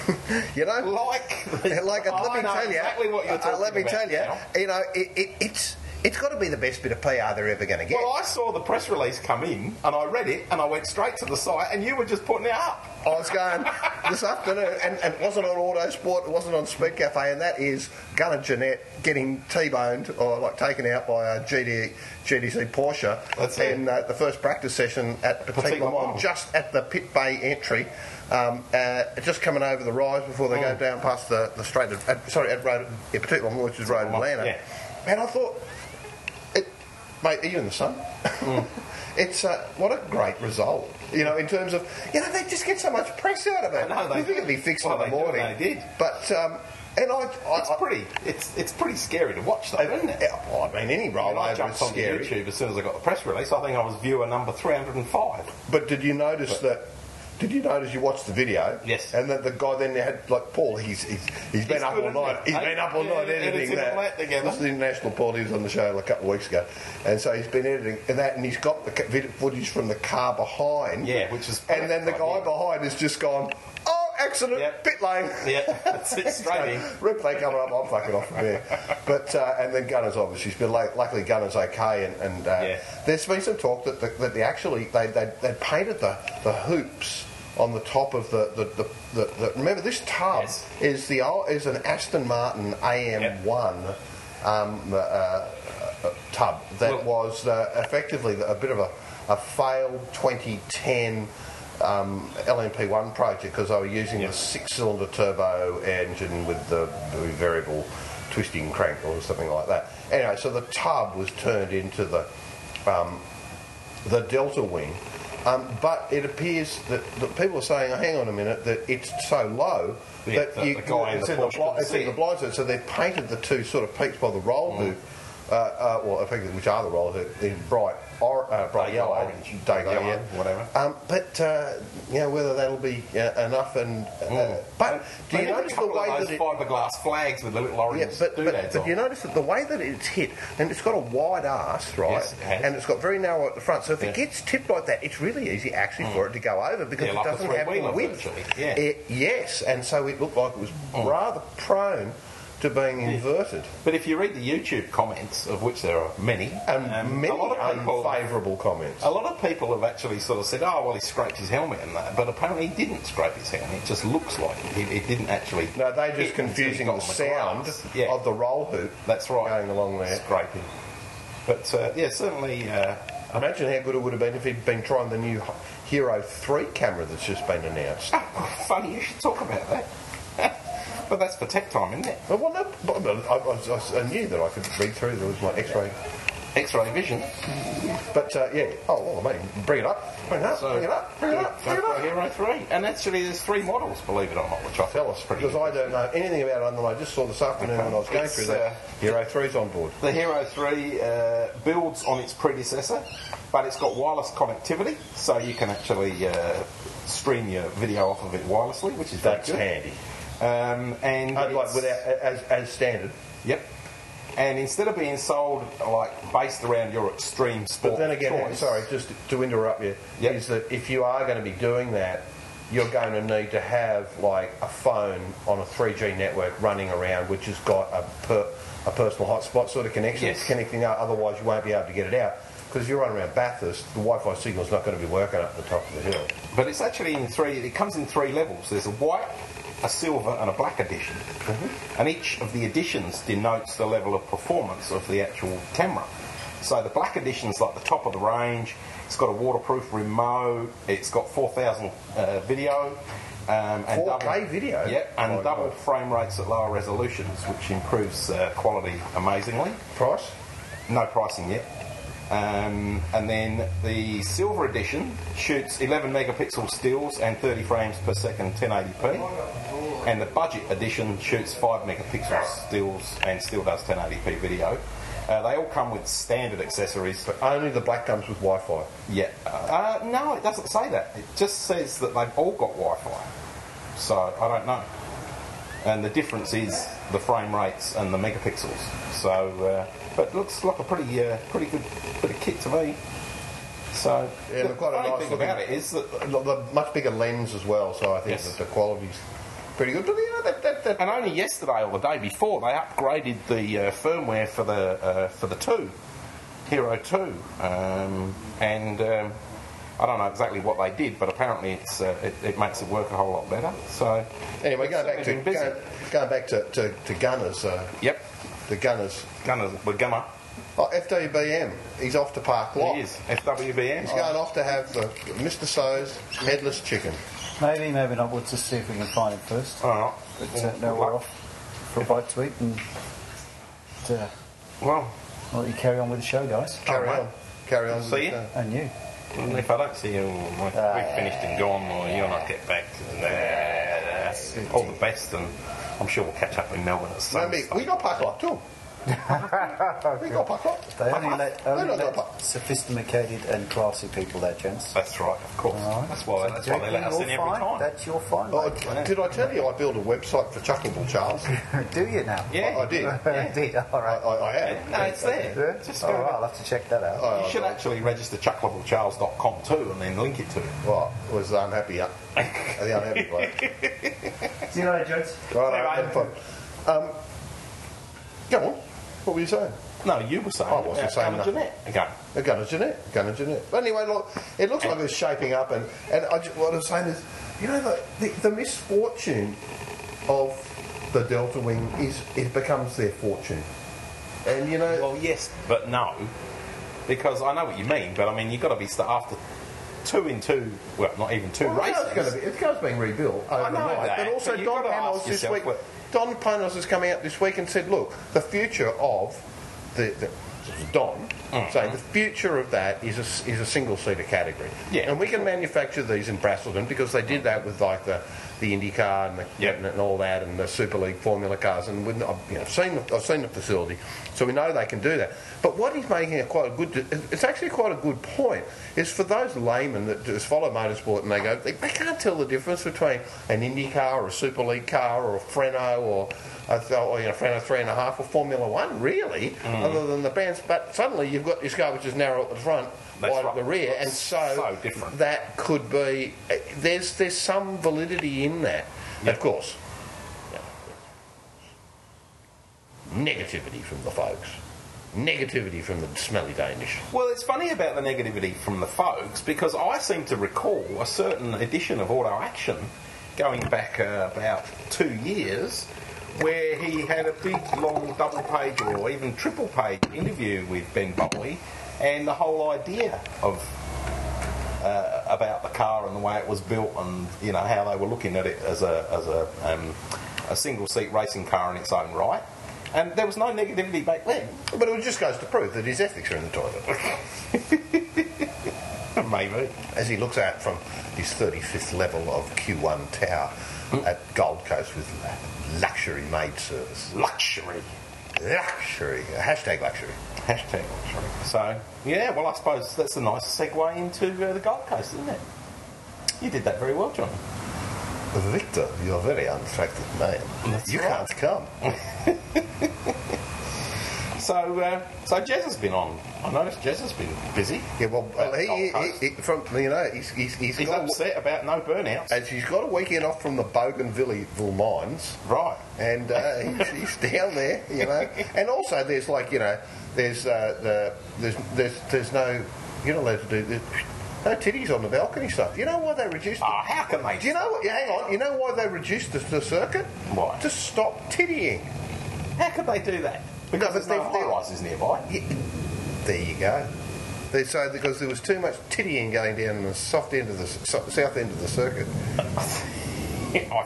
Speaker 9: You know,
Speaker 8: Like the-
Speaker 9: like. uh,
Speaker 8: Oh,
Speaker 9: let me
Speaker 8: I know
Speaker 9: tell you
Speaker 8: exactly what you're
Speaker 9: uh, Let
Speaker 8: talking
Speaker 9: me
Speaker 8: about
Speaker 9: tell you.
Speaker 8: now.
Speaker 9: You know, it, it, it's it's got to be the best bit of PR they're ever going to get.
Speaker 8: Well, I saw the press release come in, and I read it, and I went straight to the site, and you were just putting it up.
Speaker 9: I was going this afternoon, and, and it wasn't on Autosport, it wasn't on Speed Cafe, and that is Gunnar Jeanette getting T-boned or like taken out by uh, a GD, GDC Porsche
Speaker 8: That's it.
Speaker 9: in uh, the first practice session at Petit
Speaker 8: Petit
Speaker 9: Le
Speaker 8: Le
Speaker 9: Mans,
Speaker 8: Mans.
Speaker 9: just at the pit bay entry. Um, uh, just coming over the rise before they
Speaker 8: Mm.
Speaker 9: go down past the, the straight, at, at- sorry, at road, yeah, Petit Le Mans, which is road
Speaker 8: Le Mans,
Speaker 9: Atlanta.
Speaker 8: yeah.
Speaker 9: And I thought, it, mate, are you in the sun?
Speaker 8: Mm.
Speaker 9: it's uh, what a great result. You know, in terms of you know, they just get so much press out of it.
Speaker 8: I know, they
Speaker 9: you think
Speaker 8: do.
Speaker 9: it'd be fixed
Speaker 8: Well,
Speaker 9: in the
Speaker 8: they do,
Speaker 9: morning.
Speaker 8: they did.
Speaker 9: But um, and I, I,
Speaker 8: It's
Speaker 9: I-
Speaker 8: pretty. It's it's pretty scary to watch, though,
Speaker 9: I,
Speaker 8: isn't it?
Speaker 9: well, I mean, any
Speaker 8: And I
Speaker 9: rollover is
Speaker 8: jumped on
Speaker 9: scary.
Speaker 8: YouTube as soon as I got the press release. I think I was viewer number 305.
Speaker 9: But did you notice that? Did you notice you watched the video?
Speaker 8: Yes.
Speaker 9: And that the guy then had like Paul. He's he's, he's been
Speaker 8: It's
Speaker 9: up
Speaker 8: good,
Speaker 9: all
Speaker 8: isn't
Speaker 9: night.
Speaker 8: it?
Speaker 9: He's been up all
Speaker 8: Yeah,
Speaker 9: night
Speaker 8: editing
Speaker 9: editing
Speaker 8: all
Speaker 9: that.
Speaker 8: that together.
Speaker 9: This is the international Paul. He was on the show a couple of weeks ago, and so he's been editing that, and he's got the ca- vid- footage from the car behind.
Speaker 8: Yeah, which is
Speaker 9: And then the guy
Speaker 8: brilliant.
Speaker 9: behind has just gone. Oh, accident!
Speaker 8: Yep.
Speaker 9: Pit lane.
Speaker 8: Yeah, that's it, straight in.
Speaker 9: Replay coming up, I'm fucking off from there. But uh, and then Gunner's obviously, he's been like, luckily Gunner's okay, and, and uh,
Speaker 8: Yeah.
Speaker 9: there's been some talk that the, that they actually they they they painted the, the hoops on the top of the the, the, the, the remember this tub
Speaker 8: Yes.
Speaker 9: is the old, is an Aston Martin AM1 um, uh, uh, uh, tub that
Speaker 8: Well-
Speaker 9: was uh, effectively a bit of a, a failed 2010 um, LMP1 project because they were using the six-cylinder turbo engine with the variable twisting crank or something like that. Anyway, so the tub was turned into the um, the delta wing. Um, but it appears that, that people are saying, oh, hang on a minute, that it's so low
Speaker 8: Yeah,
Speaker 9: that
Speaker 8: that
Speaker 9: you,
Speaker 8: the guy in
Speaker 9: it's
Speaker 8: the
Speaker 9: in the,
Speaker 8: Porsche
Speaker 9: bli-
Speaker 8: couldn't
Speaker 9: it's in
Speaker 8: see
Speaker 9: the
Speaker 8: it. Mm.
Speaker 9: blind side. So they've painted the two sort of peaks by the roll hoop, uh, uh, well, effectively, which are the roll hoop, in bright, or, uh, bright
Speaker 8: Dago
Speaker 9: yellow,
Speaker 8: orange,
Speaker 9: Dago,
Speaker 8: yellow,
Speaker 9: yeah.
Speaker 8: whatever.
Speaker 9: Um, but, uh, you know, whether that'll be uh, enough and... Uh,
Speaker 8: Mm.
Speaker 9: But do you
Speaker 8: Maybe
Speaker 9: notice
Speaker 8: a
Speaker 9: the
Speaker 8: couple
Speaker 9: way
Speaker 8: of
Speaker 9: that
Speaker 8: those
Speaker 9: it,
Speaker 8: fiberglass flags with the little orange
Speaker 9: Oh, yeah, but, but,
Speaker 8: doodads
Speaker 9: but
Speaker 8: on?
Speaker 9: you notice that the way that it's hit, and it's got a wide arse, right?
Speaker 8: Yes, it has.
Speaker 9: And it's got very narrow at the front. So if it
Speaker 8: Yeah. Mm.
Speaker 9: gets tipped like that, it's really easy actually for it to go over because
Speaker 8: Yeah,
Speaker 9: it
Speaker 8: like a
Speaker 9: doesn't have the
Speaker 8: three-wheeler
Speaker 9: width.
Speaker 8: virtually, yeah. Mm.
Speaker 9: It- yes, and so it looked like it was rather prone to being inverted.
Speaker 8: But if you read the YouTube comments, of which there are many,
Speaker 9: And
Speaker 8: um,
Speaker 9: many
Speaker 8: a lot of people,
Speaker 9: unfavourable comments.
Speaker 8: a lot of people have actually sort of said, "Oh, well, he scraped his helmet and that," but apparently he didn't scrape his helmet. It just looks like it, it didn't actually.
Speaker 9: No, they're just
Speaker 8: hit until he
Speaker 9: confusing
Speaker 8: got
Speaker 9: the
Speaker 8: on
Speaker 9: sound
Speaker 8: grass. Yeah,
Speaker 9: of the roll hoop
Speaker 8: that's right.
Speaker 9: going along there.
Speaker 8: scraping. But uh, yeah, certainly. Uh,
Speaker 9: Imagine how good it would have been if he'd been trying the new Hero 3 camera that's just been announced.
Speaker 8: oh, funny you should talk about that. but that's for tech time, isn't it?
Speaker 9: Well, Oh, well, no, but- but I, I- I- I knew that I could read through. There was my X-ray,
Speaker 8: X-ray vision.
Speaker 9: but uh, yeah. Oh, well, I mean, bring it up, bring it up, bring it up, bring it up, bring it
Speaker 8: GoPro
Speaker 9: up.
Speaker 8: uh, Hero Three, and actually there's three models, believe it or not, which I
Speaker 9: Tell
Speaker 8: felt
Speaker 9: us,
Speaker 8: was pretty.
Speaker 9: because I don't know anything about it. other than I just saw this afternoon when I was going
Speaker 8: It's,
Speaker 9: through that.
Speaker 8: uh,
Speaker 9: Hero 3's on board.
Speaker 8: The Hero 3 uh, builds on its predecessor, but it's got wireless connectivity, so you can actually uh, stream your video off of it wirelessly, which is very
Speaker 9: That's
Speaker 8: good.
Speaker 9: handy.
Speaker 8: Um, and
Speaker 9: I'd like
Speaker 8: it's-
Speaker 9: without as as standard.
Speaker 8: Yep. And instead of being sold like based around your extreme sport,
Speaker 9: But then again,
Speaker 8: choice,
Speaker 9: sorry, just to interrupt you,
Speaker 8: Yep.
Speaker 9: is that if you are going to be doing that, you're going to need to have like a phone on a 3G network running around, which has got a per, a personal hotspot sort of connection
Speaker 8: Yes.
Speaker 9: connecting out. Otherwise, you won't be able to get it out because if you run around Bathurst, the Wi-Fi signal's not going to be working up the top of the hill.
Speaker 8: But it's actually in three. It comes in three levels. There's a white, a silver, and a black edition,
Speaker 9: Mm-hmm.
Speaker 8: and each of the editions denotes the level of performance of the actual Tamra. So the black edition's like the top of the range. It's got a waterproof remote. It's got 4,000 uh, video. Um, and
Speaker 9: 4K
Speaker 8: double,
Speaker 9: video?
Speaker 8: Yep, and
Speaker 9: My
Speaker 8: double
Speaker 9: God.
Speaker 8: frame rates at lower resolutions, which improves uh, quality amazingly.
Speaker 9: Price?
Speaker 8: No pricing yet. Um, and then the silver edition shoots 11 megapixel stills and 30 frames per second, 1080p. And the budget edition shoots 5 megapixel stills and still does 1080p video. Uh, they all come with standard accessories. But
Speaker 9: Only the black comes with Wi-Fi.
Speaker 8: yeah, uh, no, it doesn't say that. It just says that they've all got Wi-Fi. So I don't know. And the difference is the frame rates and the megapixels. So, uh, but it looks like a pretty, uh, pretty good bit of kit to me. So
Speaker 9: Yeah,
Speaker 8: the
Speaker 9: they've got a
Speaker 8: funny
Speaker 9: nice
Speaker 8: thing
Speaker 9: looking-
Speaker 8: about it is that
Speaker 9: Lo- The much bigger lens as well, so I think
Speaker 8: Yes.
Speaker 9: that the quality's pretty good. But you know, that, that, that
Speaker 8: and only yesterday or the day before they upgraded the uh, firmware for the uh, for the two Hero Two, um, and um, I don't know exactly what they did, but apparently it's uh, it, it makes it work a whole lot better. So
Speaker 9: Anyway,
Speaker 8: it's
Speaker 9: going back to
Speaker 8: certainly been busy.
Speaker 9: going, going back to, to, to Gunners, uh,
Speaker 8: yep,
Speaker 9: the Gunners.
Speaker 8: Gunner, we're Gunner.
Speaker 9: Oh, FWBM, he's off to Park Lock.
Speaker 8: He is Oh. FWBM.
Speaker 9: He's going off to have the Mr. So's headless chicken.
Speaker 10: Maybe, maybe not. We'll just see if we can find it first.
Speaker 8: All right.
Speaker 10: But uh, no, we're off for a bite to eat and uh,
Speaker 8: Well,
Speaker 10: I'll let you carry on with the show, guys.
Speaker 9: Carry
Speaker 8: mate.
Speaker 9: on. Carry on.
Speaker 8: See ya.
Speaker 10: And you.
Speaker 8: if I don't see you, like,
Speaker 9: Ah,
Speaker 8: we've finished and gone, or you'll not get back. Nah, nah. All the best, and I'm sure we'll catch up in Melbourne at
Speaker 9: No,
Speaker 8: some
Speaker 9: me,
Speaker 8: stage.
Speaker 9: we got Park Lock too. we got Park Lock.
Speaker 10: They only let,
Speaker 9: We're
Speaker 10: only
Speaker 9: not got
Speaker 10: let
Speaker 9: Park
Speaker 10: sophisticated and classy people there, gents.
Speaker 8: That's right, of course.
Speaker 10: All right.
Speaker 8: Oh, That's why. That's why they let us in
Speaker 10: You're
Speaker 8: every
Speaker 10: fine.
Speaker 8: time.
Speaker 10: That's your fine.
Speaker 9: Oh,
Speaker 10: mate.
Speaker 9: did I tell you I built a website for Chuckable Charles?
Speaker 10: Do you now?
Speaker 8: yeah,
Speaker 9: I did.
Speaker 10: Indeed.
Speaker 9: I,
Speaker 10: All right.
Speaker 9: I, I have.
Speaker 8: No, it's there.
Speaker 10: Yeah?
Speaker 8: Just
Speaker 10: All
Speaker 8: go
Speaker 10: right.
Speaker 8: back.
Speaker 10: I'll have to check that out.
Speaker 8: You should actually register chucklablechars.com too, and then link it to it.
Speaker 9: Well, it was the unhappy, uh, the unhappy bloke.
Speaker 10: See you later, gents.
Speaker 9: Right,
Speaker 8: Anyway.
Speaker 9: have fun. Um, go on. What were you saying?
Speaker 8: No, you were saying.
Speaker 9: I wasn't
Speaker 8: about
Speaker 9: saying
Speaker 8: Gunner
Speaker 9: nothing.
Speaker 8: Jeanette. Okay.
Speaker 9: A gun and Jeanette, gun and Jeanette. But anyway, look, it looks like it's shaping up, and, and I ju- what I'm saying is, you know, the, the, the misfortune of the Delta Wing is it becomes their fortune. And, you know,
Speaker 8: Well, yes, but no, because I know what you mean. But I mean, you've got to be st- after two in two. Well, not even two
Speaker 9: well, I
Speaker 8: races.
Speaker 9: know it's going to be, it's going to be rebuilt
Speaker 8: know
Speaker 9: overnight.
Speaker 8: that,
Speaker 9: but also,
Speaker 8: but you've
Speaker 9: Don
Speaker 8: got to ask
Speaker 9: Panos this
Speaker 8: yourself
Speaker 9: week,
Speaker 8: what-
Speaker 9: Don Panos is coming out this week and said, look, the future of the, the Don
Speaker 8: Mm-hmm.
Speaker 9: saying the future of that is a, s- is a single seater category.
Speaker 8: Yeah.
Speaker 9: And we can manufacture these in Brasselton because they did that with like the, the IndyCar and the
Speaker 8: Yeah.
Speaker 9: and all that and the Super League Formula cars. And we've I've, you know, seen the, I've seen the facility, so we know they can do that. But what he's making a quite a good, it's actually quite a good point, is for those laymen that just follow motorsport and they go, they, they can't tell the difference between an IndyCar or a Super League car or a Freno or a, th- or, you know, Freno three and a half or Formula One, really, other than the bands. But suddenly you've got this car which is narrow at the front,
Speaker 8: That's
Speaker 9: wide
Speaker 8: right.
Speaker 9: at the rear, and
Speaker 8: Looks
Speaker 9: so,
Speaker 8: so different.
Speaker 9: that could be. There's there's some validity in that, of course. Negativity from the folks. Negativity from the smelly Danish.
Speaker 8: Well, it's funny about the negativity from the folks because I seem to recall a certain edition of Auto Action going back uh, about two years where he had a big long double page or even triple page interview with Ben Bowie and the whole idea of uh, about the car and the way it was built and you know how they were looking at it as a as a um, a single seat racing car in its own right and there was no negativity back then
Speaker 9: But it just goes to prove that his ethics are in the toilet,
Speaker 8: maybe
Speaker 9: as he looks out from his 35th level of Q1 tower at Gold Coast with la- luxury maid service.
Speaker 8: luxury
Speaker 9: Luxury. Hashtag luxury.
Speaker 8: Hashtag luxury. So, yeah, well, I suppose that's a nice segue into uh, the Gold Coast, isn't it? You did that very well, John.
Speaker 9: Victor, you're a very unattractive man. you can't come.
Speaker 8: So, uh, so Jez has been on. I noticed Jez has been busy.
Speaker 9: Yeah, well, well he, he, he, from you know he's he's,
Speaker 8: He's
Speaker 9: got a-
Speaker 8: upset about no burnouts.
Speaker 9: and she's got a weekend off from the Bougainvilleville mines,
Speaker 8: Right.
Speaker 9: and uh, he's, he's down there, you know. And also, there's like you know, there's uh, the there's there's there's no you're not allowed to do there's no titties on the balcony stuff. You know why they reduced?
Speaker 8: Ah, how can they?
Speaker 9: Do you know what? Hang on. You know why they reduced the, the circuit?
Speaker 8: Why?
Speaker 9: To stop tittying.
Speaker 8: How could they do that? Because
Speaker 9: but
Speaker 8: there's no
Speaker 9: they've- they've-
Speaker 8: high rises nearby.
Speaker 9: Yeah, there you go. They say because there was too much tittying going down in the soft end of the so, south end of the circuit.
Speaker 8: I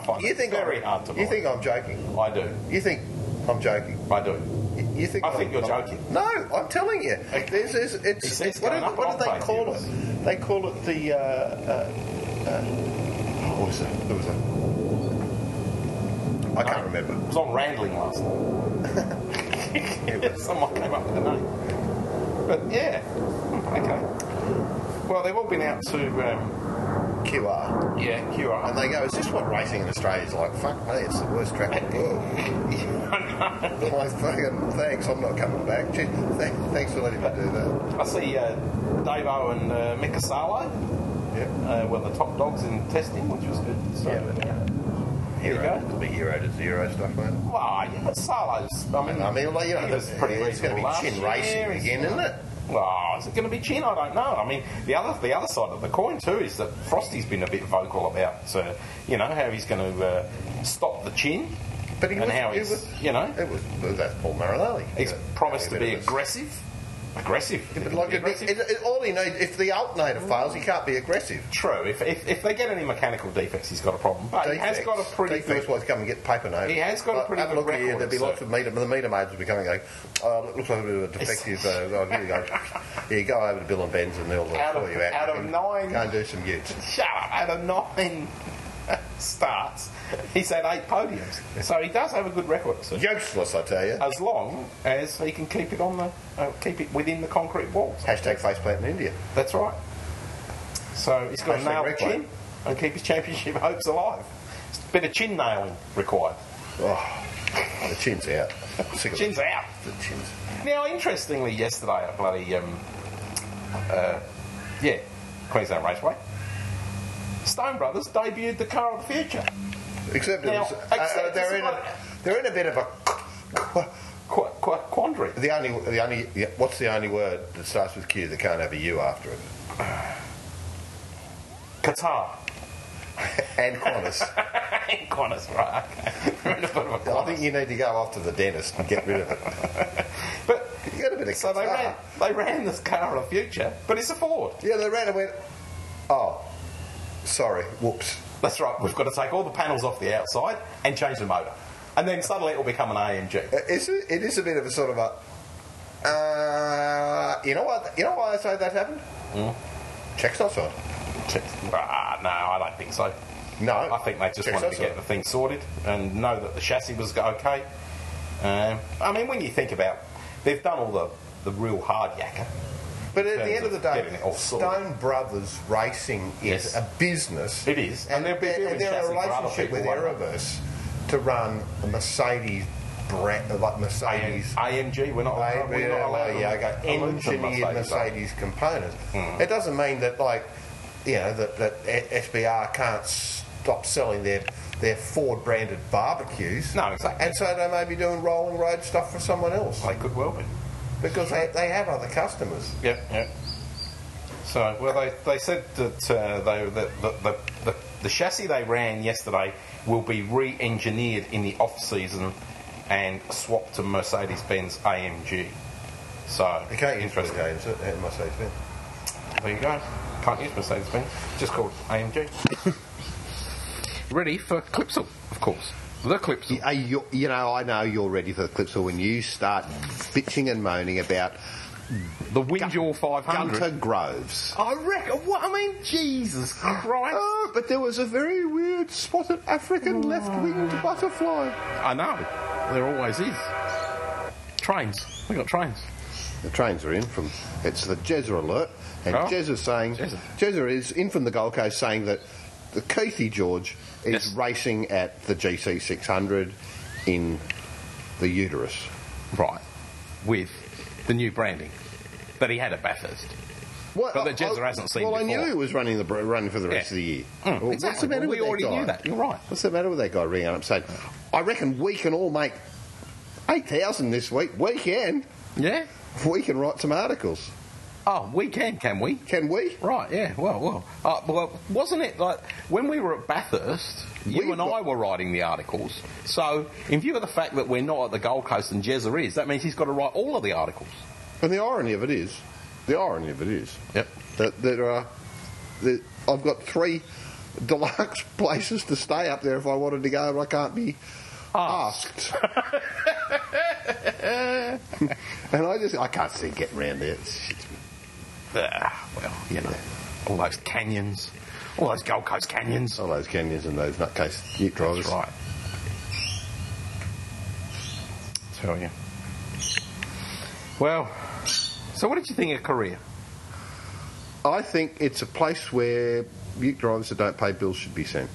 Speaker 8: find
Speaker 9: You
Speaker 8: it
Speaker 9: think
Speaker 8: very
Speaker 9: I'm,
Speaker 8: hard to
Speaker 9: You
Speaker 8: believe.
Speaker 9: think I'm joking?
Speaker 8: I do.
Speaker 9: You think I'm joking?
Speaker 8: I do.
Speaker 9: You, you think
Speaker 8: I
Speaker 9: I'm-
Speaker 8: think you're
Speaker 9: I'm-
Speaker 8: joking.
Speaker 9: No, I'm telling you. There's, there's,
Speaker 8: He
Speaker 9: it's,
Speaker 8: says
Speaker 9: what
Speaker 8: going
Speaker 9: do,
Speaker 8: up
Speaker 9: what
Speaker 8: on
Speaker 9: do they
Speaker 8: page
Speaker 9: call
Speaker 8: views.
Speaker 9: it? They call it the. Uh, uh, uh, what was it? There was a. I can't remember.
Speaker 8: It was on Randling last night. Someone came up with a name. But yeah, okay. Well, they've all been out to um,
Speaker 9: QR.
Speaker 8: yeah QR.
Speaker 9: And they go, is this what racing in Australia is like? Fuck me, it's the worst track in the world. My fucking thanks, I'm not coming back. Gee, th- thanks for letting me do that.
Speaker 8: I see uh, Dave O and uh, Mika Salo
Speaker 9: Yep.
Speaker 8: uh, were the top dogs in testing, which was good. So,
Speaker 9: Yeah.
Speaker 8: Here you
Speaker 9: Hero.
Speaker 8: go.
Speaker 9: It's a big hero to zero stuff, mate.
Speaker 8: Well, yeah, but Salo's. I mean,
Speaker 9: I mean, like, you know,
Speaker 8: he was pretty
Speaker 9: it's going to
Speaker 8: reasonable
Speaker 9: be chin
Speaker 8: last
Speaker 9: racing
Speaker 8: year. He's-
Speaker 9: again, isn't it?
Speaker 8: Well, is it going to be chin? I don't know. I mean, the other the other side of the coin too is that Frosty's been a bit vocal about, uh, you know, how he's going to uh, stop the chin,
Speaker 9: But he
Speaker 8: and
Speaker 9: was-
Speaker 8: how
Speaker 9: he
Speaker 8: he's,
Speaker 9: was-
Speaker 8: you know,
Speaker 9: It was well, that's Paul Marinelli.
Speaker 8: he's
Speaker 9: Yeah.
Speaker 8: promised to
Speaker 9: Yeah,
Speaker 8: be
Speaker 9: but it's-
Speaker 8: aggressive, aggressive.
Speaker 9: But like, it,
Speaker 8: aggressive.
Speaker 9: it, it, all he needs, if the alternator fails, he can't be aggressive.
Speaker 8: True. If, if if they get any mechanical defects, he's got a problem. But he has got a pretty
Speaker 9: defects
Speaker 8: good.
Speaker 9: wise come and get paper notes.
Speaker 8: He has got a
Speaker 9: Like,
Speaker 8: pretty
Speaker 9: have
Speaker 8: good
Speaker 9: look here,
Speaker 8: record,
Speaker 9: There'd be
Speaker 8: so-
Speaker 9: lots of meter. The meter maids would be coming. Going, oh, it looks like a bit of a defective. uh, oh, here you go. Yeah, go over to Bill and Ben's and they'll
Speaker 8: Out of-
Speaker 9: call you out.
Speaker 8: out of
Speaker 9: and
Speaker 8: nine-
Speaker 9: Go and do some utes.
Speaker 8: Shut up. Out of nine starts, he's had eight podiums, so he does have a good record. So.
Speaker 9: Useless, I tell you.
Speaker 8: as long as he can keep it on the uh, keep it within the concrete walls.
Speaker 9: Hashtag faceplant in India.
Speaker 8: That's right. So he's got to
Speaker 9: Hashtag
Speaker 8: nail the
Speaker 9: red
Speaker 8: chin and keep his championship hopes alive. It's a bit of chin nailing required.
Speaker 9: Oh, the chin's out. Sick of
Speaker 8: Chin's
Speaker 9: it.
Speaker 8: out.
Speaker 9: The chin's.
Speaker 8: Now, interestingly, yesterday at bloody um, uh, yeah, Queensland Raceway, Stone Brothers debuted the car of the future.
Speaker 9: Except it
Speaker 8: Now,
Speaker 9: was, uh,
Speaker 8: except
Speaker 9: uh, they're in a, they're in a bit of a
Speaker 8: Qu- qu- quandary.
Speaker 9: the only the only yeah, what's the only word that starts with Q that can't have a U after it
Speaker 8: Qatar.
Speaker 9: and Qantas.
Speaker 8: Qantas, right? Okay. We're in a bit of a
Speaker 9: I
Speaker 8: Qantas.
Speaker 9: think you need to go off to the dentist and get rid of it.
Speaker 8: But
Speaker 9: You got a bit of
Speaker 8: so they
Speaker 9: Qatar.
Speaker 8: ran, they ran this car of the future, but it's a Ford.
Speaker 9: Yeah, they ran and went. Oh, sorry. Whoops.
Speaker 8: That's right. We've got to take all the panels off the outside and change the motor, and then suddenly it will become an AMG.
Speaker 9: Uh, It's a, it is a bit of a sort of a. Uh, you know what? You know why I say that happened?
Speaker 8: Hmm?
Speaker 9: Check's not signed.
Speaker 8: Ah, no, I don't think so.
Speaker 9: No,
Speaker 8: I think they just
Speaker 9: Check's
Speaker 8: wanted
Speaker 9: not
Speaker 8: to get
Speaker 9: signed.
Speaker 8: the thing sorted and know that the chassis was go- okay. Um, I mean, when you think about, they've done all the, the real hard yakka.
Speaker 9: But at
Speaker 8: terms
Speaker 9: the end of the
Speaker 8: of
Speaker 9: day,
Speaker 8: getting it all sorted.
Speaker 9: Stone Brothers Racing is
Speaker 8: Yes.
Speaker 9: a business.
Speaker 8: It is. And they'll be
Speaker 9: and
Speaker 8: doing
Speaker 9: they're
Speaker 8: chassis
Speaker 9: a
Speaker 8: for other
Speaker 9: relationship with
Speaker 8: people, won't
Speaker 9: Erebus to run a Mercedes brand, like Mercedes.
Speaker 8: AMG, we're not,
Speaker 9: Right,
Speaker 8: we're not allowed to
Speaker 9: yeah, okay,
Speaker 8: to allude to
Speaker 9: engineered
Speaker 8: Mercedes, are we?
Speaker 9: Mercedes components.
Speaker 8: Hmm.
Speaker 9: It doesn't mean that, like, you know, that, that A- SBR can't stop selling their their Ford branded barbecues.
Speaker 8: No, exactly.
Speaker 9: And so they may be doing rolling road stuff for someone else
Speaker 8: They could well be.
Speaker 9: because they, they have other customers.
Speaker 8: Yep, yep. So, well, they, they said that, uh, they, that the, the, the, the chassis they ran yesterday will be re engineered in the off season and swapped to Mercedes Benz AMG. So,
Speaker 9: They can't use
Speaker 8: interesting.
Speaker 9: Blue James at
Speaker 8: uh,
Speaker 9: at Mercedes Benz.
Speaker 8: There you go. Can't use Mercedes Benz, just called AMG. Ready for Clipsal, of course. The Clipsal.
Speaker 9: Are you, you know, I know you're ready for the clip, so when you start bitching and moaning about
Speaker 8: The Windjaw 500.
Speaker 9: Gunter Groves.
Speaker 8: I reckon. What I mean, Jesus Christ!
Speaker 9: Oh, but there was a very weird spotted African left-winged butterfly.
Speaker 8: I know. There always is. Trains. We got trains.
Speaker 9: The trains are in from. It's the Jezza alert, and
Speaker 8: Oh.
Speaker 9: Jezza is saying
Speaker 8: Jezza.
Speaker 9: Jezza. is in from the Gold Coast saying that the Keithy George is
Speaker 8: Yes.
Speaker 9: racing at the GC600 in the Uterus.
Speaker 8: Right. with the new branding that he had at Bathurst.
Speaker 9: What,
Speaker 8: but that
Speaker 9: I-
Speaker 8: Jezza hasn't seen
Speaker 9: Well, I
Speaker 8: before.
Speaker 9: knew he was running the br- running for the rest
Speaker 8: Yeah.
Speaker 9: of the year.
Speaker 8: Mm,
Speaker 9: Well, What's
Speaker 8: exactly.
Speaker 9: the matter
Speaker 8: We
Speaker 9: with
Speaker 8: already
Speaker 9: that guy?
Speaker 8: knew that. You're right.
Speaker 9: What's the matter with that guy ringing up saying, "I reckon we can all make eight thousand this week. We can.
Speaker 8: Yeah?
Speaker 9: We can write some articles.
Speaker 8: Oh, we can, can we?
Speaker 9: Can we?
Speaker 8: Right, yeah, well, well. Uh, well, wasn't it like when we were at Bathurst, you
Speaker 9: We
Speaker 8: and
Speaker 9: got-
Speaker 8: I were writing the articles. So, in view of the fact that we're not at the Gold Coast and Jezza is, that means he's got to write all of the articles.
Speaker 9: And the irony of it is, the irony of it is
Speaker 8: Yep.
Speaker 9: that there are. That I've got three deluxe places to stay up there if I wanted to go, but I can't be asked. and I just I can't see getting round there. It's- it's
Speaker 8: Ah, well, you know, all those canyons, all those Gold Coast canyons.
Speaker 9: All those canyons and those nutcase Jeep drivers.
Speaker 8: Oh, That's right. Tell you. Well, so what did you think of Korea?
Speaker 9: I think it's a place where Buick drivers that don't pay bills should be seen.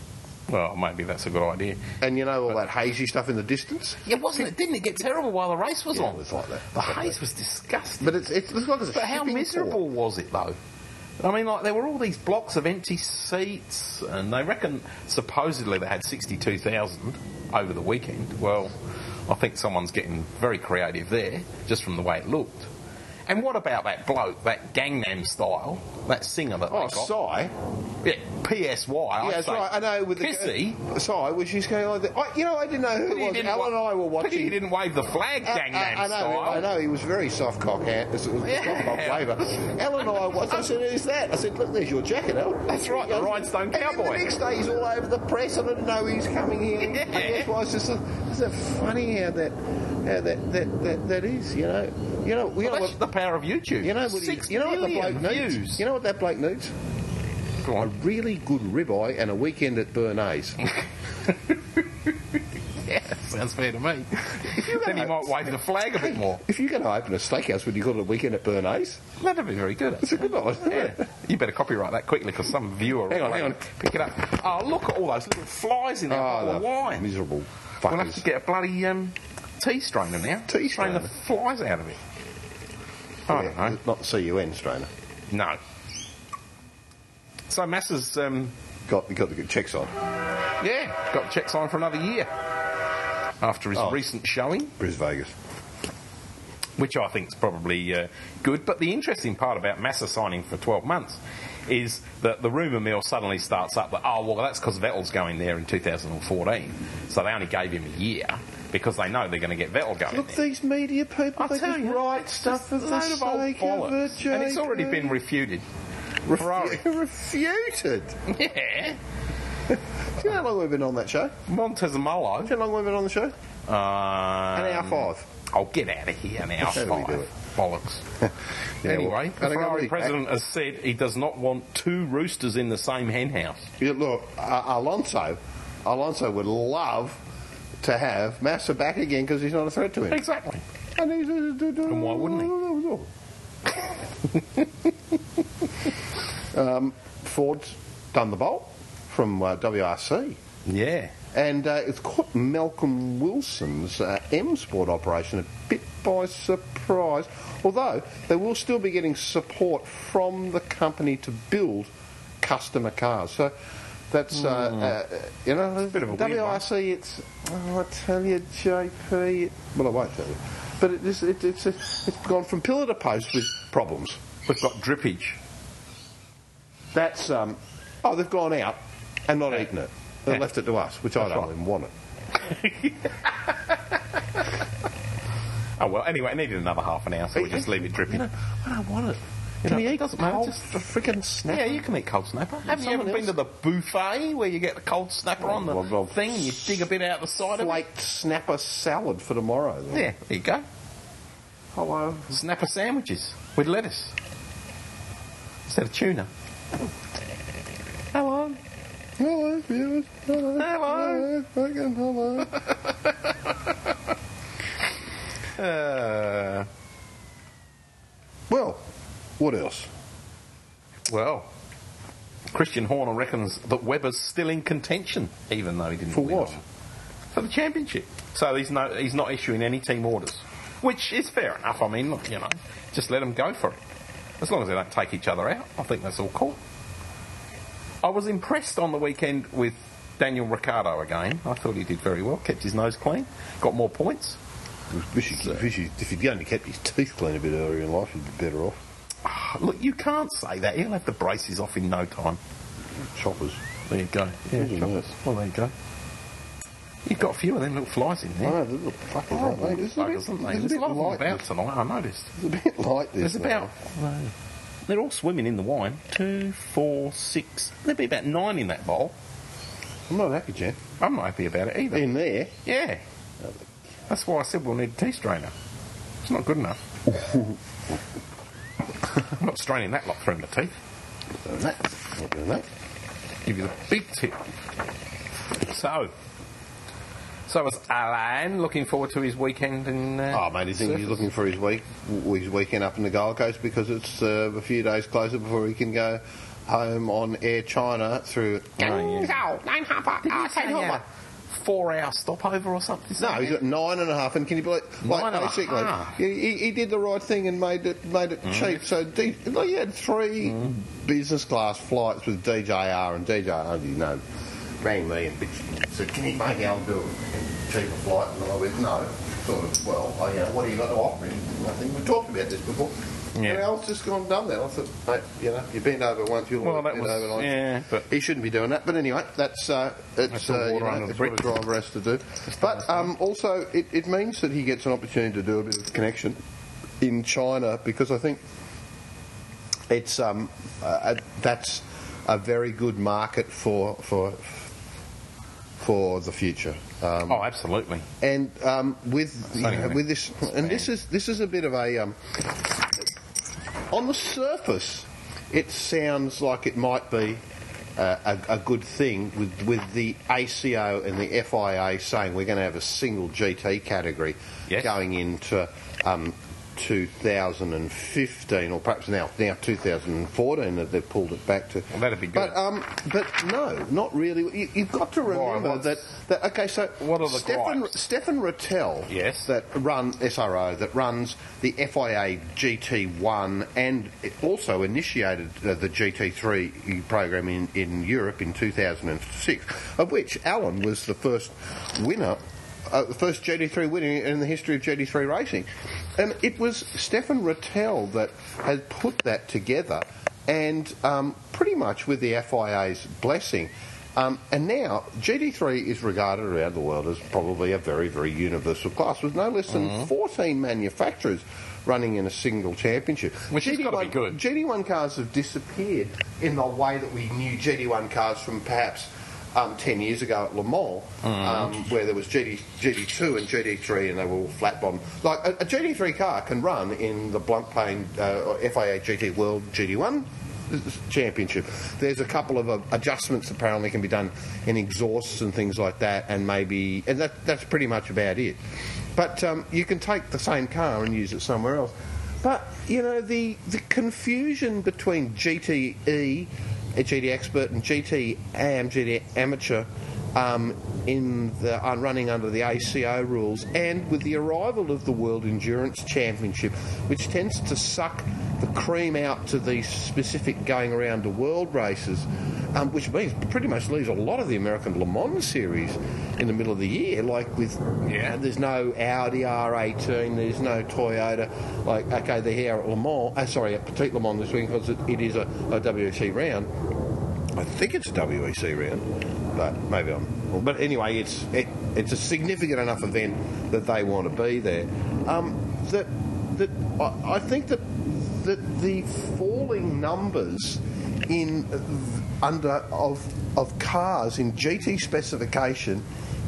Speaker 8: Well, maybe that's a good idea.
Speaker 9: And you know all that hazy stuff in the distance?
Speaker 8: Yeah, wasn't it? Didn't it get terrible while the race was
Speaker 9: Yeah,
Speaker 8: on?
Speaker 9: it was like that.
Speaker 8: The haze was disgusting.
Speaker 9: But it's, it's, it's like a
Speaker 8: But how
Speaker 9: shipping
Speaker 8: miserable was it though? I mean, like there were all these blocks of empty seats, and they reckon supposedly they had sixty-two thousand over the weekend. Well, I think someone's getting very creative there, just from the way it looked. And what about that bloke, that Gangnam style, that singer that
Speaker 9: Oh,
Speaker 8: they got?
Speaker 9: Psy.
Speaker 8: yeah, PSY.
Speaker 9: Yeah, that's
Speaker 8: say.
Speaker 9: right. I know. With the
Speaker 8: Kissy.
Speaker 9: Psy was just going like that. I, you know, I didn't know who
Speaker 8: Pity
Speaker 9: it
Speaker 8: he
Speaker 9: was.
Speaker 8: didn't
Speaker 9: Alan
Speaker 8: wa-
Speaker 9: and I were watching.
Speaker 8: Pity he didn't wave the flag,
Speaker 9: I- I-
Speaker 8: Gangnam
Speaker 9: Uh, I, know,
Speaker 8: style.
Speaker 9: I know, he was very soft cock hand. It was a soft cock
Speaker 8: Yeah.
Speaker 9: flavour. Alan and I watched. I said, "Who's that?" I said, "Look, there's your jacket, Alan."
Speaker 8: That's right, the rhinestone
Speaker 9: and then
Speaker 8: cowboy.
Speaker 9: the next day, he's all over the press. I didn't know he's coming here. And
Speaker 8: Yeah.
Speaker 9: that's why it's just a, it's a funny how that how that, that, that that is. You know, you know, you know
Speaker 8: Well, that's
Speaker 9: what.
Speaker 8: the power of YouTube.
Speaker 9: You know what?
Speaker 8: Six
Speaker 9: he, you know what the bloke
Speaker 8: million
Speaker 9: needs.
Speaker 8: views.
Speaker 9: You know what that bloke needs?
Speaker 8: Go
Speaker 9: A
Speaker 8: on.
Speaker 9: really good ribeye and a weekend at Bernays.
Speaker 8: Yeah, sounds fair to me. then he might wave the flag a bit more.
Speaker 9: If you're going to open a steakhouse, would you call it a weekend at Bernays?
Speaker 8: That'd be very good.
Speaker 9: It's a good one. isn't
Speaker 8: Yeah.
Speaker 9: it?
Speaker 8: You better copyright that quickly because some viewer
Speaker 9: Hang on,
Speaker 8: will uh,
Speaker 9: hang on.
Speaker 8: pick it up. Oh, look at all those little flies in that
Speaker 9: Oh,
Speaker 8: bottle
Speaker 9: the
Speaker 8: of wine.
Speaker 9: miserable
Speaker 8: We'll have to
Speaker 9: fuckers.
Speaker 8: get a bloody um, tea strainer now.
Speaker 9: Tea
Speaker 8: strain the
Speaker 9: strainer? Oh,
Speaker 8: flies out of it. I don't know.
Speaker 9: Not CUN strainer.
Speaker 8: No. So Massa's, um,
Speaker 9: Got got the good checks on.
Speaker 8: yeah, got checks on for another year after his
Speaker 9: Oh.
Speaker 8: recent showing.
Speaker 9: Bris Vegas.
Speaker 8: which I think is probably uh, good. But the interesting part about Massa signing for 12 months is that the rumour mill suddenly starts up that, oh, well, that's because Vettel's going there in 2014. So they only gave him a year because they know they're going to get Vettel going
Speaker 9: Look,
Speaker 8: there.
Speaker 9: these media people,
Speaker 8: I
Speaker 9: they
Speaker 8: tell
Speaker 9: just
Speaker 8: you,
Speaker 9: write
Speaker 8: it's just
Speaker 9: stuff for
Speaker 8: a
Speaker 9: the
Speaker 8: load of old
Speaker 9: sake of
Speaker 8: bollocks.
Speaker 9: it,
Speaker 8: And it's already been refuted. Ferrari.
Speaker 9: refuted.
Speaker 8: yeah.
Speaker 9: Do you know how long we've been on that show? Do
Speaker 8: Montezemolo.
Speaker 9: you know how long we've been on the show?
Speaker 8: Um, An
Speaker 9: An hour five.
Speaker 8: Oh, get out of here now.
Speaker 9: How do we do it?
Speaker 8: Bollocks.
Speaker 9: Yeah, well,
Speaker 8: anyway,
Speaker 9: I
Speaker 8: the
Speaker 9: think I'll
Speaker 8: Ferrari
Speaker 9: be-
Speaker 8: president has said he does not want two roosters in the same hen house.
Speaker 9: Yeah, look, uh, Alonso, Alonso would love to have Massa back again because he's not a threat to him.
Speaker 8: Exactly.
Speaker 9: And, he's, and
Speaker 8: why wouldn't
Speaker 9: he? um, Ford's done the bolt from uh, WRC.
Speaker 8: Yeah.
Speaker 9: And uh, it's caught Malcolm Wilson's uh, M Sport operation a bit by surprise. Although they will still be getting support from the company to build customer cars. So that's, uh, uh, you know,
Speaker 8: It's Hmm. a bit of a weird
Speaker 9: WRC, it's, oh, I tell you, JP, it, well, I won't tell you. But it, it's, it, it's, it's gone from pillar to post with problems.
Speaker 8: We've got drippage.
Speaker 9: That's um, oh, they've gone out and not eaten it. They left it to us, which I don't even want it.
Speaker 8: Oh, well, anyway, it needed another half an hour, so we'll just leave it dripping.
Speaker 9: I don't want it.
Speaker 8: You know,
Speaker 9: Can you
Speaker 8: it
Speaker 9: eat
Speaker 8: doesn't
Speaker 9: doesn't
Speaker 8: matter,
Speaker 9: matter.
Speaker 8: just-
Speaker 9: Just a freaking snap.
Speaker 8: Yeah, you can eat cold snapper. Have you ever
Speaker 9: Someone
Speaker 8: been
Speaker 9: else-
Speaker 8: to the buffet where you get the cold snapper on the
Speaker 9: Well, well,
Speaker 8: thing and you dig a bit out the side of it?
Speaker 9: Flaked snapper salad for tomorrow. Then.
Speaker 8: Yeah, there you go.
Speaker 9: Hello.
Speaker 8: Snapper sandwiches with lettuce instead of tuna. Hello.
Speaker 9: Hello, viewers. Hello.
Speaker 8: Hello.
Speaker 9: Hello. Fucking hello.
Speaker 8: Uh,
Speaker 9: well, what else?
Speaker 8: well, Christian Horner reckons that Webber's still in contention, even though he didn't
Speaker 9: For
Speaker 8: win
Speaker 9: what?
Speaker 8: on- For the championship. So he's no, he's not issuing any team orders. which is fair enough. I mean, look, you know, just let them go for it. As long as they don't take each other out, I think that's all cool. I was impressed on the weekend with Daniel Ricciardo again. I thought he did very well, kept his nose clean, got more points.
Speaker 9: Wish he'd, wish he'd- if he'd only kept his teeth clean a bit earlier in life, he'd be better off.
Speaker 8: Ah, Look, you can't say that. He'll have the braces off in no time.
Speaker 9: Choppers.
Speaker 8: There you go. Yeah,
Speaker 9: Isn't
Speaker 8: choppers.
Speaker 9: it?
Speaker 8: Well, there you go. You've got a few of them little flies in there.
Speaker 9: Oh, the little fucking
Speaker 8: Oh,
Speaker 9: oh, mate. It's a bit,
Speaker 8: buggers, aren't they?
Speaker 9: it's
Speaker 8: There's
Speaker 9: a
Speaker 8: a
Speaker 9: bit
Speaker 8: lot of them
Speaker 9: light.
Speaker 8: about
Speaker 9: This.
Speaker 8: tonight, I noticed.
Speaker 9: It's a bit light. This
Speaker 8: There's about. They're all swimming in the wine. Two, four, six. There'd be about nine in that bowl.
Speaker 9: I'm not happy, Jan.
Speaker 8: I'm not happy about it either.
Speaker 9: In there.
Speaker 8: Yeah. That's why I said we'll need a tea strainer. It's not good enough. I'm not straining that lot through my teeth.
Speaker 9: Doing that. Not doing that.
Speaker 8: Give you the big tip. So. So was Alan looking forward to his weekend in. Uh,
Speaker 9: Oh, mate, you think he's looking for his week, his weekend up in the Gold Coast because it's uh, a few days closer before he can go home on Air China through.
Speaker 8: Oh, he had a four-hour stopover or something?
Speaker 9: No, he's got nine and a half, and can you believe? Like,
Speaker 8: Nine and a
Speaker 9: basically,
Speaker 8: half.
Speaker 9: He, he- he did the right thing and made it made it cheap. So D, like, he had three business class flights with DJR, and DJR, you know, rang me and bitched and said, "Can you make Al do a cheaper flight?" And I went, "No." Sort of, well, I, you know, what have you got to offer him? Nothing. We've talked about this before.
Speaker 8: Yeah.
Speaker 9: And Al's just gone and done that. I thought, mate, you know, you bent over once, you'll
Speaker 8: Well, that
Speaker 9: bend
Speaker 8: was-
Speaker 9: over once.
Speaker 8: yeah, but-
Speaker 9: he shouldn't be doing that. But anyway, that's uh, it's
Speaker 8: That's
Speaker 9: uh,
Speaker 8: all
Speaker 9: you
Speaker 8: water
Speaker 9: know,
Speaker 8: under the
Speaker 9: it's what a
Speaker 8: bridge.
Speaker 9: driver has to do. But um, also, it, it means that he gets an opportunity to do a bit of connection in China because I think it's um, uh, that's a very good market for for for the future. Um,
Speaker 8: Oh, absolutely.
Speaker 9: and um, with
Speaker 8: Sorry, mate.
Speaker 9: with this, and this is this is a bit of a um, on the surface, it sounds like it might be uh, a, a good thing with with the ACO and the FIA saying we're going to have a single GT category
Speaker 8: Yes.
Speaker 9: going into. Um, 2015, or perhaps now, now 2014, that they've pulled it back to.
Speaker 8: Well, that'd be good.
Speaker 9: But um, but no, not really. You, you've got to
Speaker 8: Why,
Speaker 9: remember
Speaker 8: what's-
Speaker 9: that, that. Okay, so
Speaker 8: What are the
Speaker 9: Stefan,
Speaker 8: gripes?
Speaker 9: Stefan Rattel,
Speaker 8: Yes.
Speaker 9: that run SRO that runs the FIA GT1 and it also initiated uh, the GT3 program in, in Europe in 2006, of which Alan was the first winner. Uh, the first GT3 winner in the history of GT3 racing. And it was Stefan Rattel that had put that together and um, pretty much with the FIA's blessing. Um, and now, GD3 is regarded around the world as probably a very, very universal class, with no less than
Speaker 8: Mm-hmm.
Speaker 9: 14 manufacturers running in a single championship.
Speaker 8: Which has gotta be
Speaker 9: GD1
Speaker 8: good.
Speaker 9: GD1 cars have disappeared in the way that we knew GD1 cars from perhaps um, 10 years ago at Le Mans, um, where there was GD, GD2 and GD3 and they were all flat bottom. Like a, a GD3 car can run in the Bluntpane uh, FIA GT World GD1 championship. There's a couple of uh, adjustments apparently can be done in exhausts and things like that, and maybe, and that, that's pretty much about it. But um, you can take the same car and use it somewhere else. But you know the the confusion between GTE, uh, GT Expert, and GT AM, GT Amateur, um, in the on running under the ACO rules, and with the arrival of the World Endurance Championship, which tends to suck the cream out to these specific going around the world races, um, which means pretty much leaves a lot of the American Le Mans series in the middle of the year, like with uh,
Speaker 8: Yeah.
Speaker 9: there's no Audi R18, there's no Toyota. Like, okay, they're here at Le Mans, uh, sorry, at Petit Le Mans this week because it, it is a, a WEC round. I think it's a WEC round, but maybe I'm. Well, but anyway, it's it, it's a significant enough event that they want to be there. Um, that that I, I think that that the falling numbers in uh, under of of cars in GT specification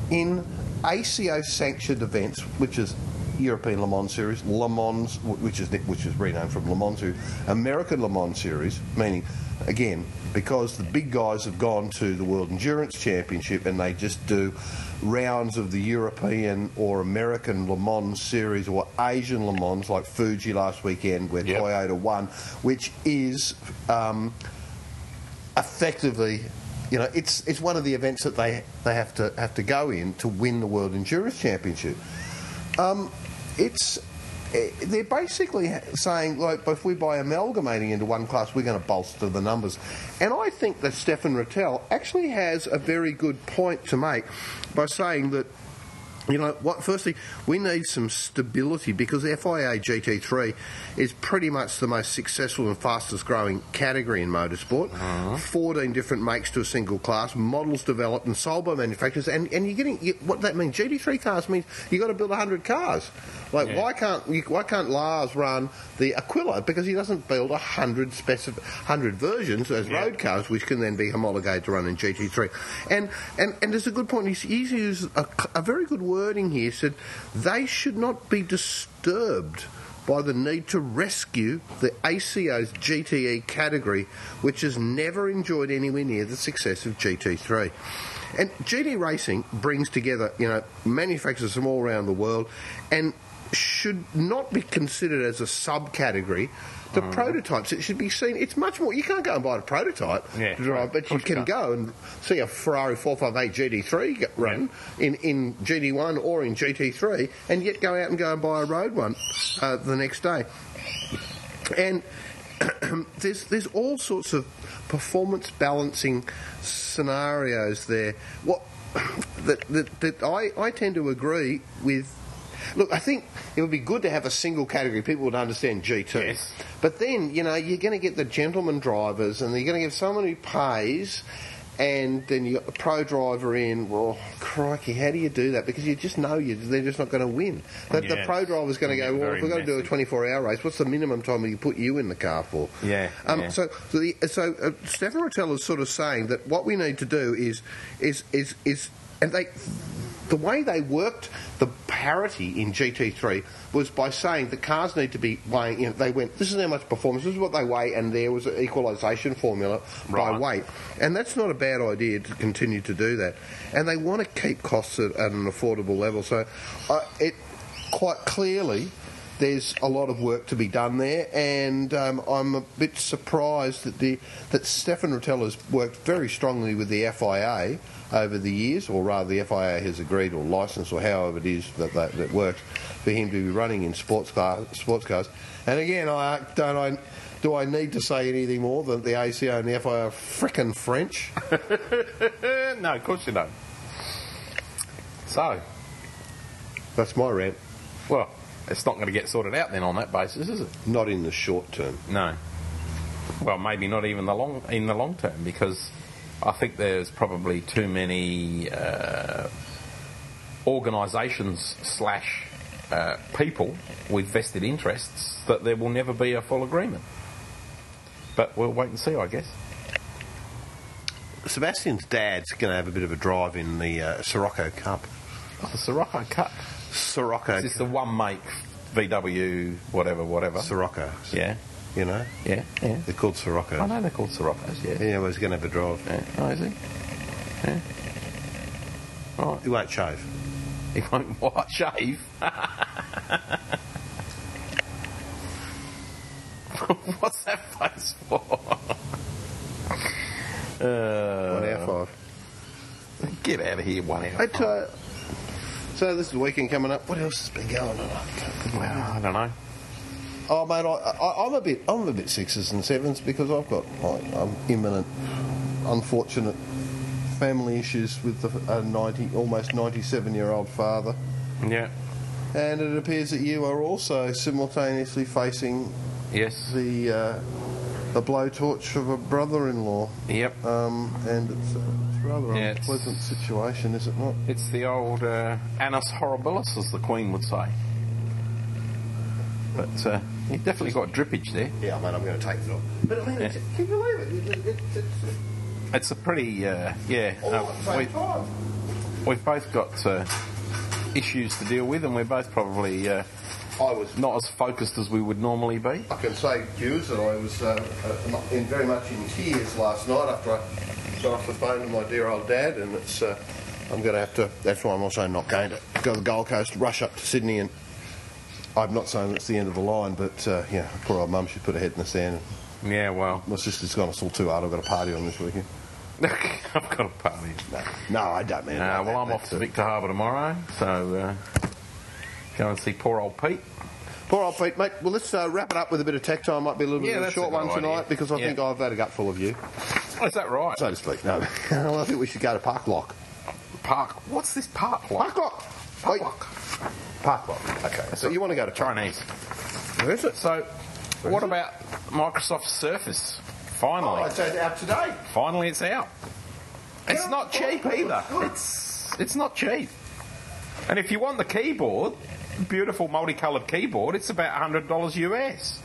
Speaker 9: in ACO sanctioned events, which is European Le Mans Series, Le Mans, wh- which is which is renamed from Le Mans to American Le Mans Series, meaning again because the big guys have gone to the World Endurance Championship and they just do rounds of the European or American Le Mans Series or Asian Le Mans, like Fuji last weekend where
Speaker 8: Yep.
Speaker 9: Toyota won, which is. Um, effectively, you know, it's it's one of the events that they they have to have to go in to win the World Endurance Championship. Um, it's eh, they're basically ha- saying, like, if we by amalgamating into one class, we're going to bolster the numbers. And I think that Stefan Rattel actually has a very good point to make by saying that you know, what? Firstly, we need some stability because FIA GT3 is pretty much the most successful and fastest growing category in motorsport. 14 different makes to a single class, models developed and sold by manufacturers, and, and you're getting you, what that means. GT3 cars means you got to build 100 cars. Like, why can't you, why can't Lars run the Aquila because he doesn't build 100 specif- 100 versions as road cars, which can then be homologated to run in GT3. And and, and there's a good point. He's, he's used a, c- a very good wording here. He said they should not be disturbed by the need to rescue the ACO's GTE E category, which has never enjoyed anywhere near the success of GT3. And GT Racing brings together, you know, manufacturers from all around the world, and should not be considered as a subcategory to prototypes. It should be seen. It's much more. You can't go and buy a prototype
Speaker 8: Yeah,
Speaker 9: to drive, but you can go and see a Ferrari 458 GT3 g- run in, in GD1 or in GT3, and yet go out and go and buy a road one uh, the next day. And there's there's all sorts of performance balancing scenarios there. What that that, that I, I tend to agree with. Look, I think it would be good to have a single category. People would understand GT.
Speaker 8: Yes.
Speaker 9: But then, you know, you're going to get the gentleman drivers and you're going to get someone who pays and then you got the pro driver in. Well, crikey, how do you do that? Because you just know you they're just not going to win. The, the
Speaker 8: Yeah,
Speaker 9: pro driver's going to
Speaker 8: it's
Speaker 9: go, well,
Speaker 8: very
Speaker 9: if we've got to do a
Speaker 8: messy.
Speaker 9: 24 hour race, what's the minimum time we can put you in the car for?
Speaker 8: Yeah,
Speaker 9: Um,
Speaker 8: yeah.
Speaker 9: So, so, the, so uh, Stefan Rotel is sort of saying that what we need to do is, is, is, is, and they, the way they worked the parity in GT3 was by saying the cars need to be weighing. You know, they went, this is how much performance, this is what they weigh, and there was an equalisation formula by
Speaker 8: Right.
Speaker 9: weight, and that's not a bad idea to continue to do that. And they want to keep costs at, at an affordable level, so uh, it quite clearly there's a lot of work to be done there, and um, I'm a bit surprised that the that Stefan Rattel has worked very strongly with the FIA over the years, or rather, the FIA has agreed or licensed or however it is that that, that works for him to be running in sports car, sports cars. And again, I don't I. Do I need to say anything more than the ACO and the FIA are frickin' French?
Speaker 8: no, of course you don't. So,
Speaker 9: That's my rant.
Speaker 8: well, it's not going to get sorted out then on that basis, is it?
Speaker 9: Not in the short term.
Speaker 8: No. Well, maybe not even the long in the long term because I think there's probably too many uh, organisations slash uh, people with vested interests that there will never be a full agreement. But we'll wait and see, I guess.
Speaker 9: Sebastian's dad's going to have a bit of a drive in the uh, Sirocco Cup.
Speaker 8: Oh, the Sirocco Cup.
Speaker 9: Sirocco.
Speaker 8: Is this the one make VW whatever whatever?
Speaker 9: Sirocco.
Speaker 8: Yeah,
Speaker 9: You know?
Speaker 8: yeah, yeah.
Speaker 9: They're called
Speaker 8: I
Speaker 9: Sirocco.
Speaker 8: know they're called Siroccos. Yeah.
Speaker 9: Yeah, well, he's going to have a drive.
Speaker 8: yeah. Oh, is he? Yeah. Right.
Speaker 9: He won't shave.
Speaker 8: He won't eh? what? Shave? What's that face for?
Speaker 9: One
Speaker 8: Uh,
Speaker 9: hour five.
Speaker 8: get out of here, one hour.
Speaker 9: But, uh, so this is the weekend coming up. What else has been going on? I can't-
Speaker 8: Well, I don't know.
Speaker 9: Oh mate, I, I, I'm a bit, I'm a bit sixes and sevens because I've got, like, I'm imminent, unfortunate family issues with the, a 90, almost 97 year old father.
Speaker 8: Yeah.
Speaker 9: And it appears that you are also simultaneously facing
Speaker 8: Yes.
Speaker 9: the uh, the blowtorch of a brother-in-law,
Speaker 8: Yep.
Speaker 9: um, and it's a, it's a rather
Speaker 8: Yeah, it's-
Speaker 9: unpleasant situation, is it not?
Speaker 8: It's the old uh, annus horribilis, as the Queen would say. But uh, you definitely got drippage there.
Speaker 9: Yeah, mate, I'm going to take it off. But I mean,
Speaker 8: Yeah.
Speaker 9: it's, can you believe it? It- it- it's- it's
Speaker 8: It's a pretty, uh, yeah.
Speaker 9: all
Speaker 8: no,
Speaker 9: at the same
Speaker 8: we-
Speaker 9: time.
Speaker 8: We've both got uh, issues to deal with, and we're both probably uh,
Speaker 9: I was
Speaker 8: not as focused as we would normally be.
Speaker 9: I can say, Hughes, that I was uh, uh, not- in very much in tears last night after I got off the phone to my dear old dad, and it's uh, I'm going to have to. That's why I'm also not going to go to the Gold Coast, rush up to Sydney, and I'm not saying it's the end of the line, but uh, yeah, poor old mum, she put her head in the sand.
Speaker 8: Yeah, well,
Speaker 9: My sister's gone, it's all too hard. I've got a party on this weekend.
Speaker 8: I've got a party.
Speaker 9: No, no I don't mean. it
Speaker 8: Uh, well,
Speaker 9: like that.
Speaker 8: I'm off
Speaker 9: That's
Speaker 8: to
Speaker 9: it.
Speaker 8: Victor Harbour tomorrow, so uh, go and see poor old Pete.
Speaker 9: Poor old Pete, mate. Well, let's uh, wrap it up with a bit of tactile. Might be a little
Speaker 8: Yeah,
Speaker 9: bit of a
Speaker 8: that's
Speaker 9: short
Speaker 8: a
Speaker 9: one
Speaker 8: good
Speaker 9: tonight
Speaker 8: idea.
Speaker 9: because I
Speaker 8: Yeah.
Speaker 9: think I've had a gutful of you,
Speaker 8: Oh, is that right?
Speaker 9: so to speak. No, well, I think we should go to Park Lock.
Speaker 8: park. What's this park like?
Speaker 9: Park Lock. Wait. Park Lock. Okay. So you want to go to Park-
Speaker 8: Chinese.
Speaker 9: Where is it?
Speaker 8: So, what
Speaker 9: is it?
Speaker 8: about Microsoft Surface? Finally,
Speaker 9: Oh, it's out today.
Speaker 8: finally, it's out. It's
Speaker 9: Yeah.
Speaker 8: not cheap either. It's it's not cheap. And if you want the keyboard, beautiful multicolored keyboard, it's about hundred dollars US.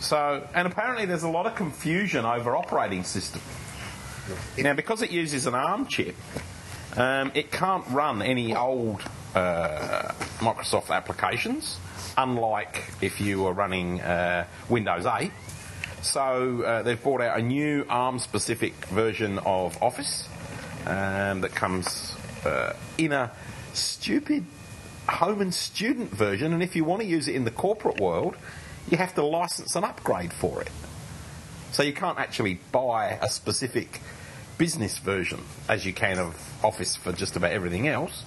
Speaker 8: So, and apparently there's a lot of confusion over operating system. Now, because it uses an ARM chip, um, it can't run any old uh, Microsoft applications, unlike if you were running uh, Windows 8. So uh, they've brought out a new ARM-specific version of Office um, that comes uh, in a stupid home and student version, and if you want to use it in the corporate world, you have to license an upgrade for it. So you can't actually buy a specific business version as you can of Office for just about everything else.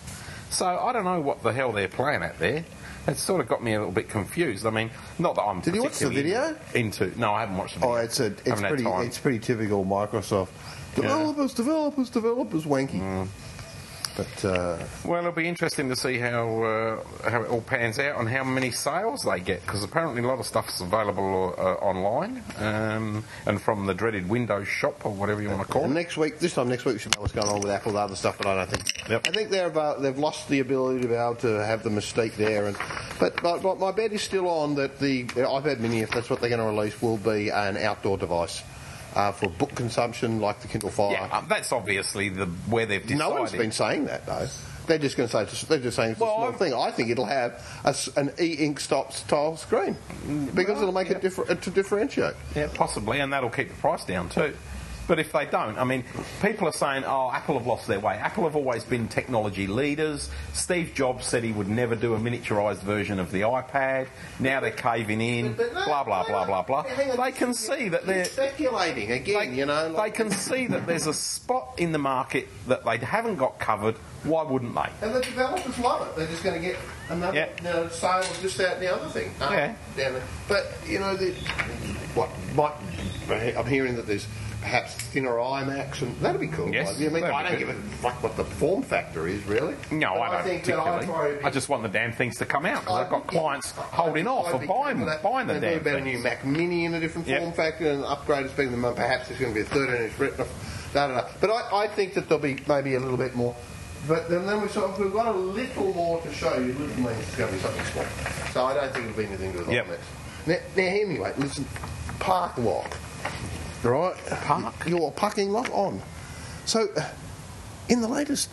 Speaker 8: So I don't know what the hell they're playing at there. It's sort of got me a little bit confused. I mean, not that I'm.
Speaker 9: Did you watch the
Speaker 8: particularly Into no, I haven't watched the video.
Speaker 9: Oh, it's a, it's
Speaker 8: Haven't had
Speaker 9: pretty,
Speaker 8: time.
Speaker 9: it's pretty typical Microsoft. Mm. Developers, developers, developers, wanky. But uh,
Speaker 8: Well, it'll be interesting to see how uh, how it all pans out and how many sales they get because apparently a lot of stuff's available uh, online um, and from the dreaded Windows shop or whatever you want to call
Speaker 9: and
Speaker 8: it.
Speaker 9: next week, this time next week, we should know what's going on with Apple, the other stuff. But I don't think.
Speaker 8: Yep.
Speaker 9: I think they're about they've lost the ability to be able to have the mistake there. And but but, but my bet is still on that the iPad Mini, if that's what they're going to release, will be an outdoor device uh, for book consumption, like the Kindle Fire.
Speaker 8: Yeah, um, that's obviously the where they've decided.
Speaker 9: No one's been saying that though. They're just going to say it's- they're just saying it's
Speaker 8: Well,
Speaker 9: a small
Speaker 8: I'm-
Speaker 9: thing. I think it'll have a s an e-ink stop style screen
Speaker 8: Mm,
Speaker 9: because it'll make it differ- to differentiate.
Speaker 8: Yeah, possibly, and that'll keep the price down too. But if they don't, I mean, people are saying, oh, Apple have lost their way. Apple have always been technology leaders. Steve Jobs said he would never do a miniaturized version of the iPad. Now they're caving in, blah, blah, blah, blah, blah. They can see that they're.
Speaker 9: speculating again.
Speaker 8: They,
Speaker 9: you know,
Speaker 8: they can see that there's a spot in the market that they haven't got covered. Why wouldn't they?
Speaker 9: and the developers love it. They're just going to get another
Speaker 8: Yeah.
Speaker 9: you know, sale of just out and the other thing. Uh,
Speaker 8: Yeah.
Speaker 9: down there. But you know, the, what might I'm hearing that there's perhaps thinner IMAX, and that'd be cool.
Speaker 8: Yes,
Speaker 9: I mean,
Speaker 8: that'd
Speaker 9: I
Speaker 8: be
Speaker 9: don't
Speaker 8: good.
Speaker 9: give a fuck what the form factor is, really.
Speaker 8: No,
Speaker 9: But
Speaker 8: I don't
Speaker 9: think that
Speaker 8: particularly.
Speaker 9: iPhone-
Speaker 8: I just want the damn things to come out. 'cause I've got
Speaker 9: yeah,
Speaker 8: clients
Speaker 9: I-
Speaker 8: holding
Speaker 9: I'd
Speaker 8: off
Speaker 9: be
Speaker 8: of buying,
Speaker 9: for that.
Speaker 8: buying the damn
Speaker 9: They're about a
Speaker 8: things.
Speaker 9: new Mac Mini in a different
Speaker 8: Yep.
Speaker 9: form factor and an upgrade has been the month. Perhaps it's going to be a 13 inch Retina. Da, da, da. But I, I think that there'll be maybe a little bit more. But then, then we've, sort of, we've got a little more to show you. Little means it's going to be something small. So I don't think it'll be anything to do with
Speaker 8: Yep.
Speaker 9: yep. now, now, anyway, listen. Park walk. Right? Park? Your parking lot on. So, uh, in the latest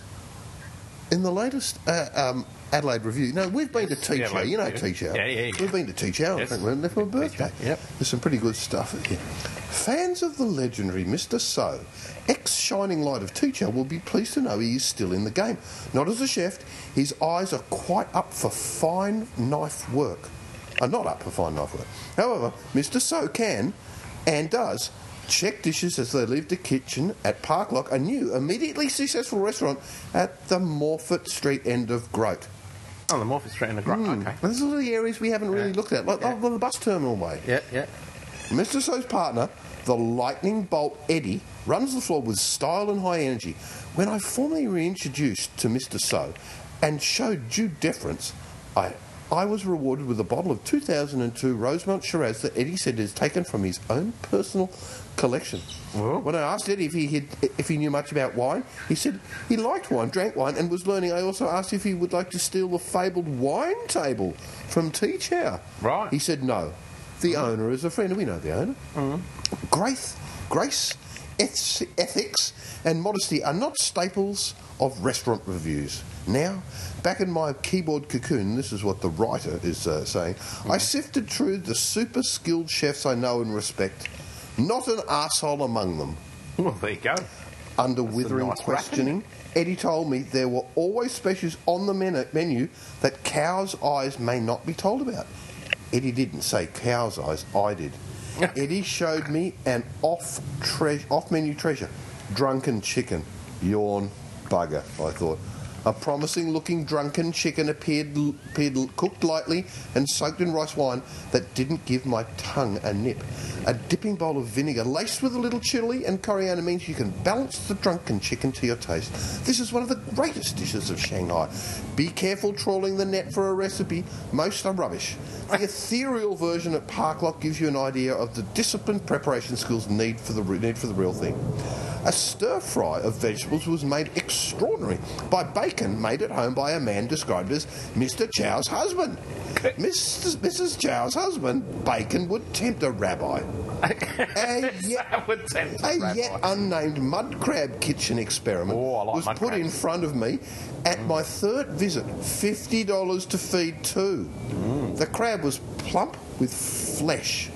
Speaker 9: in the latest uh, um, Adelaide Review, no, we've been to Teach Hour.
Speaker 8: Adelaide
Speaker 9: You know
Speaker 8: Review.
Speaker 9: Teach Hour.
Speaker 8: Yeah, yeah, yeah.
Speaker 9: We've been to Teach Hour.
Speaker 8: Yes.
Speaker 9: I think we went there for my birthday.
Speaker 8: Yep.
Speaker 9: There's some pretty good stuff here. Fans of the legendary Mr. So, ex Shining Light of Teach Hour, will be pleased to know he is still in the game. Not as a chef, his eyes are quite up for fine knife work. Are not up for fine knife work. However, Mr. So can and does check dishes as they leave the kitchen at Parklock, a new, immediately successful restaurant at the Morford Street end of Grote.
Speaker 8: Oh, the Morpheus Street and the Grunt. Okay.
Speaker 9: Hmm. Well, These are the areas we haven't really looked at, like oh, well, the bus terminal way.
Speaker 8: Yeah, yeah.
Speaker 9: Mr. So's partner, the lightning bolt Eddie, runs the floor with style and high energy. When I formally reintroduced to Mr. So and showed due deference, I, I was rewarded with a bottle of 2002 Rosemont Shiraz that Eddie said is taken from his own personal collection. When I asked Eddie if he, had, if he knew much about wine, he said he liked wine, drank wine, and was learning. I also asked if he would like to steal the fabled wine table from Tea Chow.
Speaker 8: Right.
Speaker 9: He said no. The owner is a friend. We know the owner. Grace, grace, eth- ethics, and modesty are not staples of restaurant reviews. Now, back in my keyboard cocoon, this is what the writer is uh, saying. I sifted through the super skilled chefs I know and respect. Not an asshole among them.
Speaker 8: Well, there you go.
Speaker 9: Under
Speaker 8: a
Speaker 9: withering
Speaker 8: nice
Speaker 9: questioning, Eddie told me there were always specials on the menu, menu that cow's eyes may not be told about. Eddie didn't say cow's eyes, I did. Eddie showed me an off tre- off menu treasure drunken chicken. Yawn, bugger, I thought. A promising looking drunken chicken appeared, appeared cooked lightly and soaked in rice wine that didn't give my tongue a nip. A dipping bowl of vinegar laced with a little chili and coriander means you can balance the drunken chicken to your taste. This is one of the greatest dishes of Shanghai. Be careful trawling the net for a recipe, most are rubbish. The ethereal version at Parklock gives you an idea of the disciplined preparation skills need for the, need for the real thing. A stir fry of vegetables was made extraordinary by bacon made at home by a man described as Mr. Chow's husband. Mrs. Mrs. Chow's husband, bacon would tempt a rabbi. a yet, a yet unnamed mud crab kitchen experiment
Speaker 8: Oh, I like
Speaker 9: was
Speaker 8: mud
Speaker 9: put in
Speaker 8: crabs.
Speaker 9: front of me at my third visit. $50 to feed two. The crab was plump with flesh.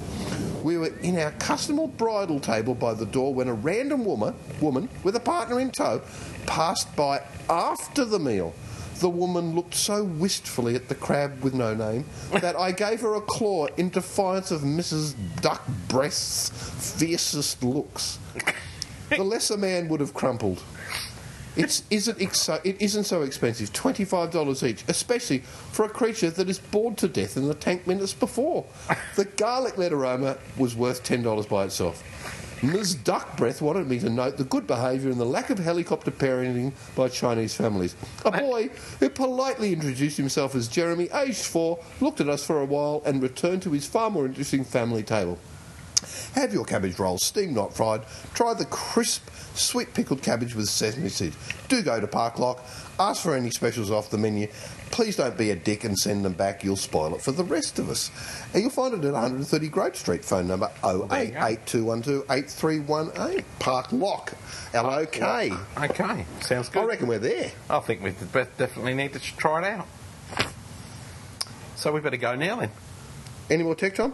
Speaker 9: We were in our customary bridal table by the door when a random woman, woman with a partner in tow passed by after the meal. The woman looked so wistfully at the crab with no name that I gave her a claw in defiance of Mrs. Duck Breast's fiercest looks. The lesser man would have crumpled. It's isn't exci- it isn't so expensive. Twenty five dollars each, especially for a creature that is bored to death in the tank minutes before. The garlic led aroma was worth ten dollars by itself. Ms. Duckbreath wanted me to note the good behaviour and the lack of helicopter parenting by Chinese families. A boy who politely introduced himself as Jeremy, aged four, looked at us for a while and returned to his far more interesting family table. Have your cabbage rolls steamed, not fried. Try the crisp, sweet pickled cabbage with sesame seeds. Do go to Parklock. Ask for any specials off the menu. Please don't be a dick and send them back. You'll spoil it for the rest of us. And you'll find it at 130 Grove Street. Phone number 0882128318. Parklock. L-O-K.
Speaker 8: Okay, sounds good.
Speaker 9: I reckon we're there.
Speaker 8: I think we both definitely need to try it out. So we better go now then.
Speaker 9: Any more tech, Tom?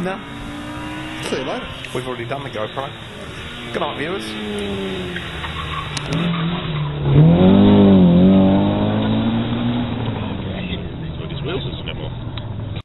Speaker 8: No,
Speaker 9: See you later.
Speaker 8: we've already done the GoPro. Good night, viewers.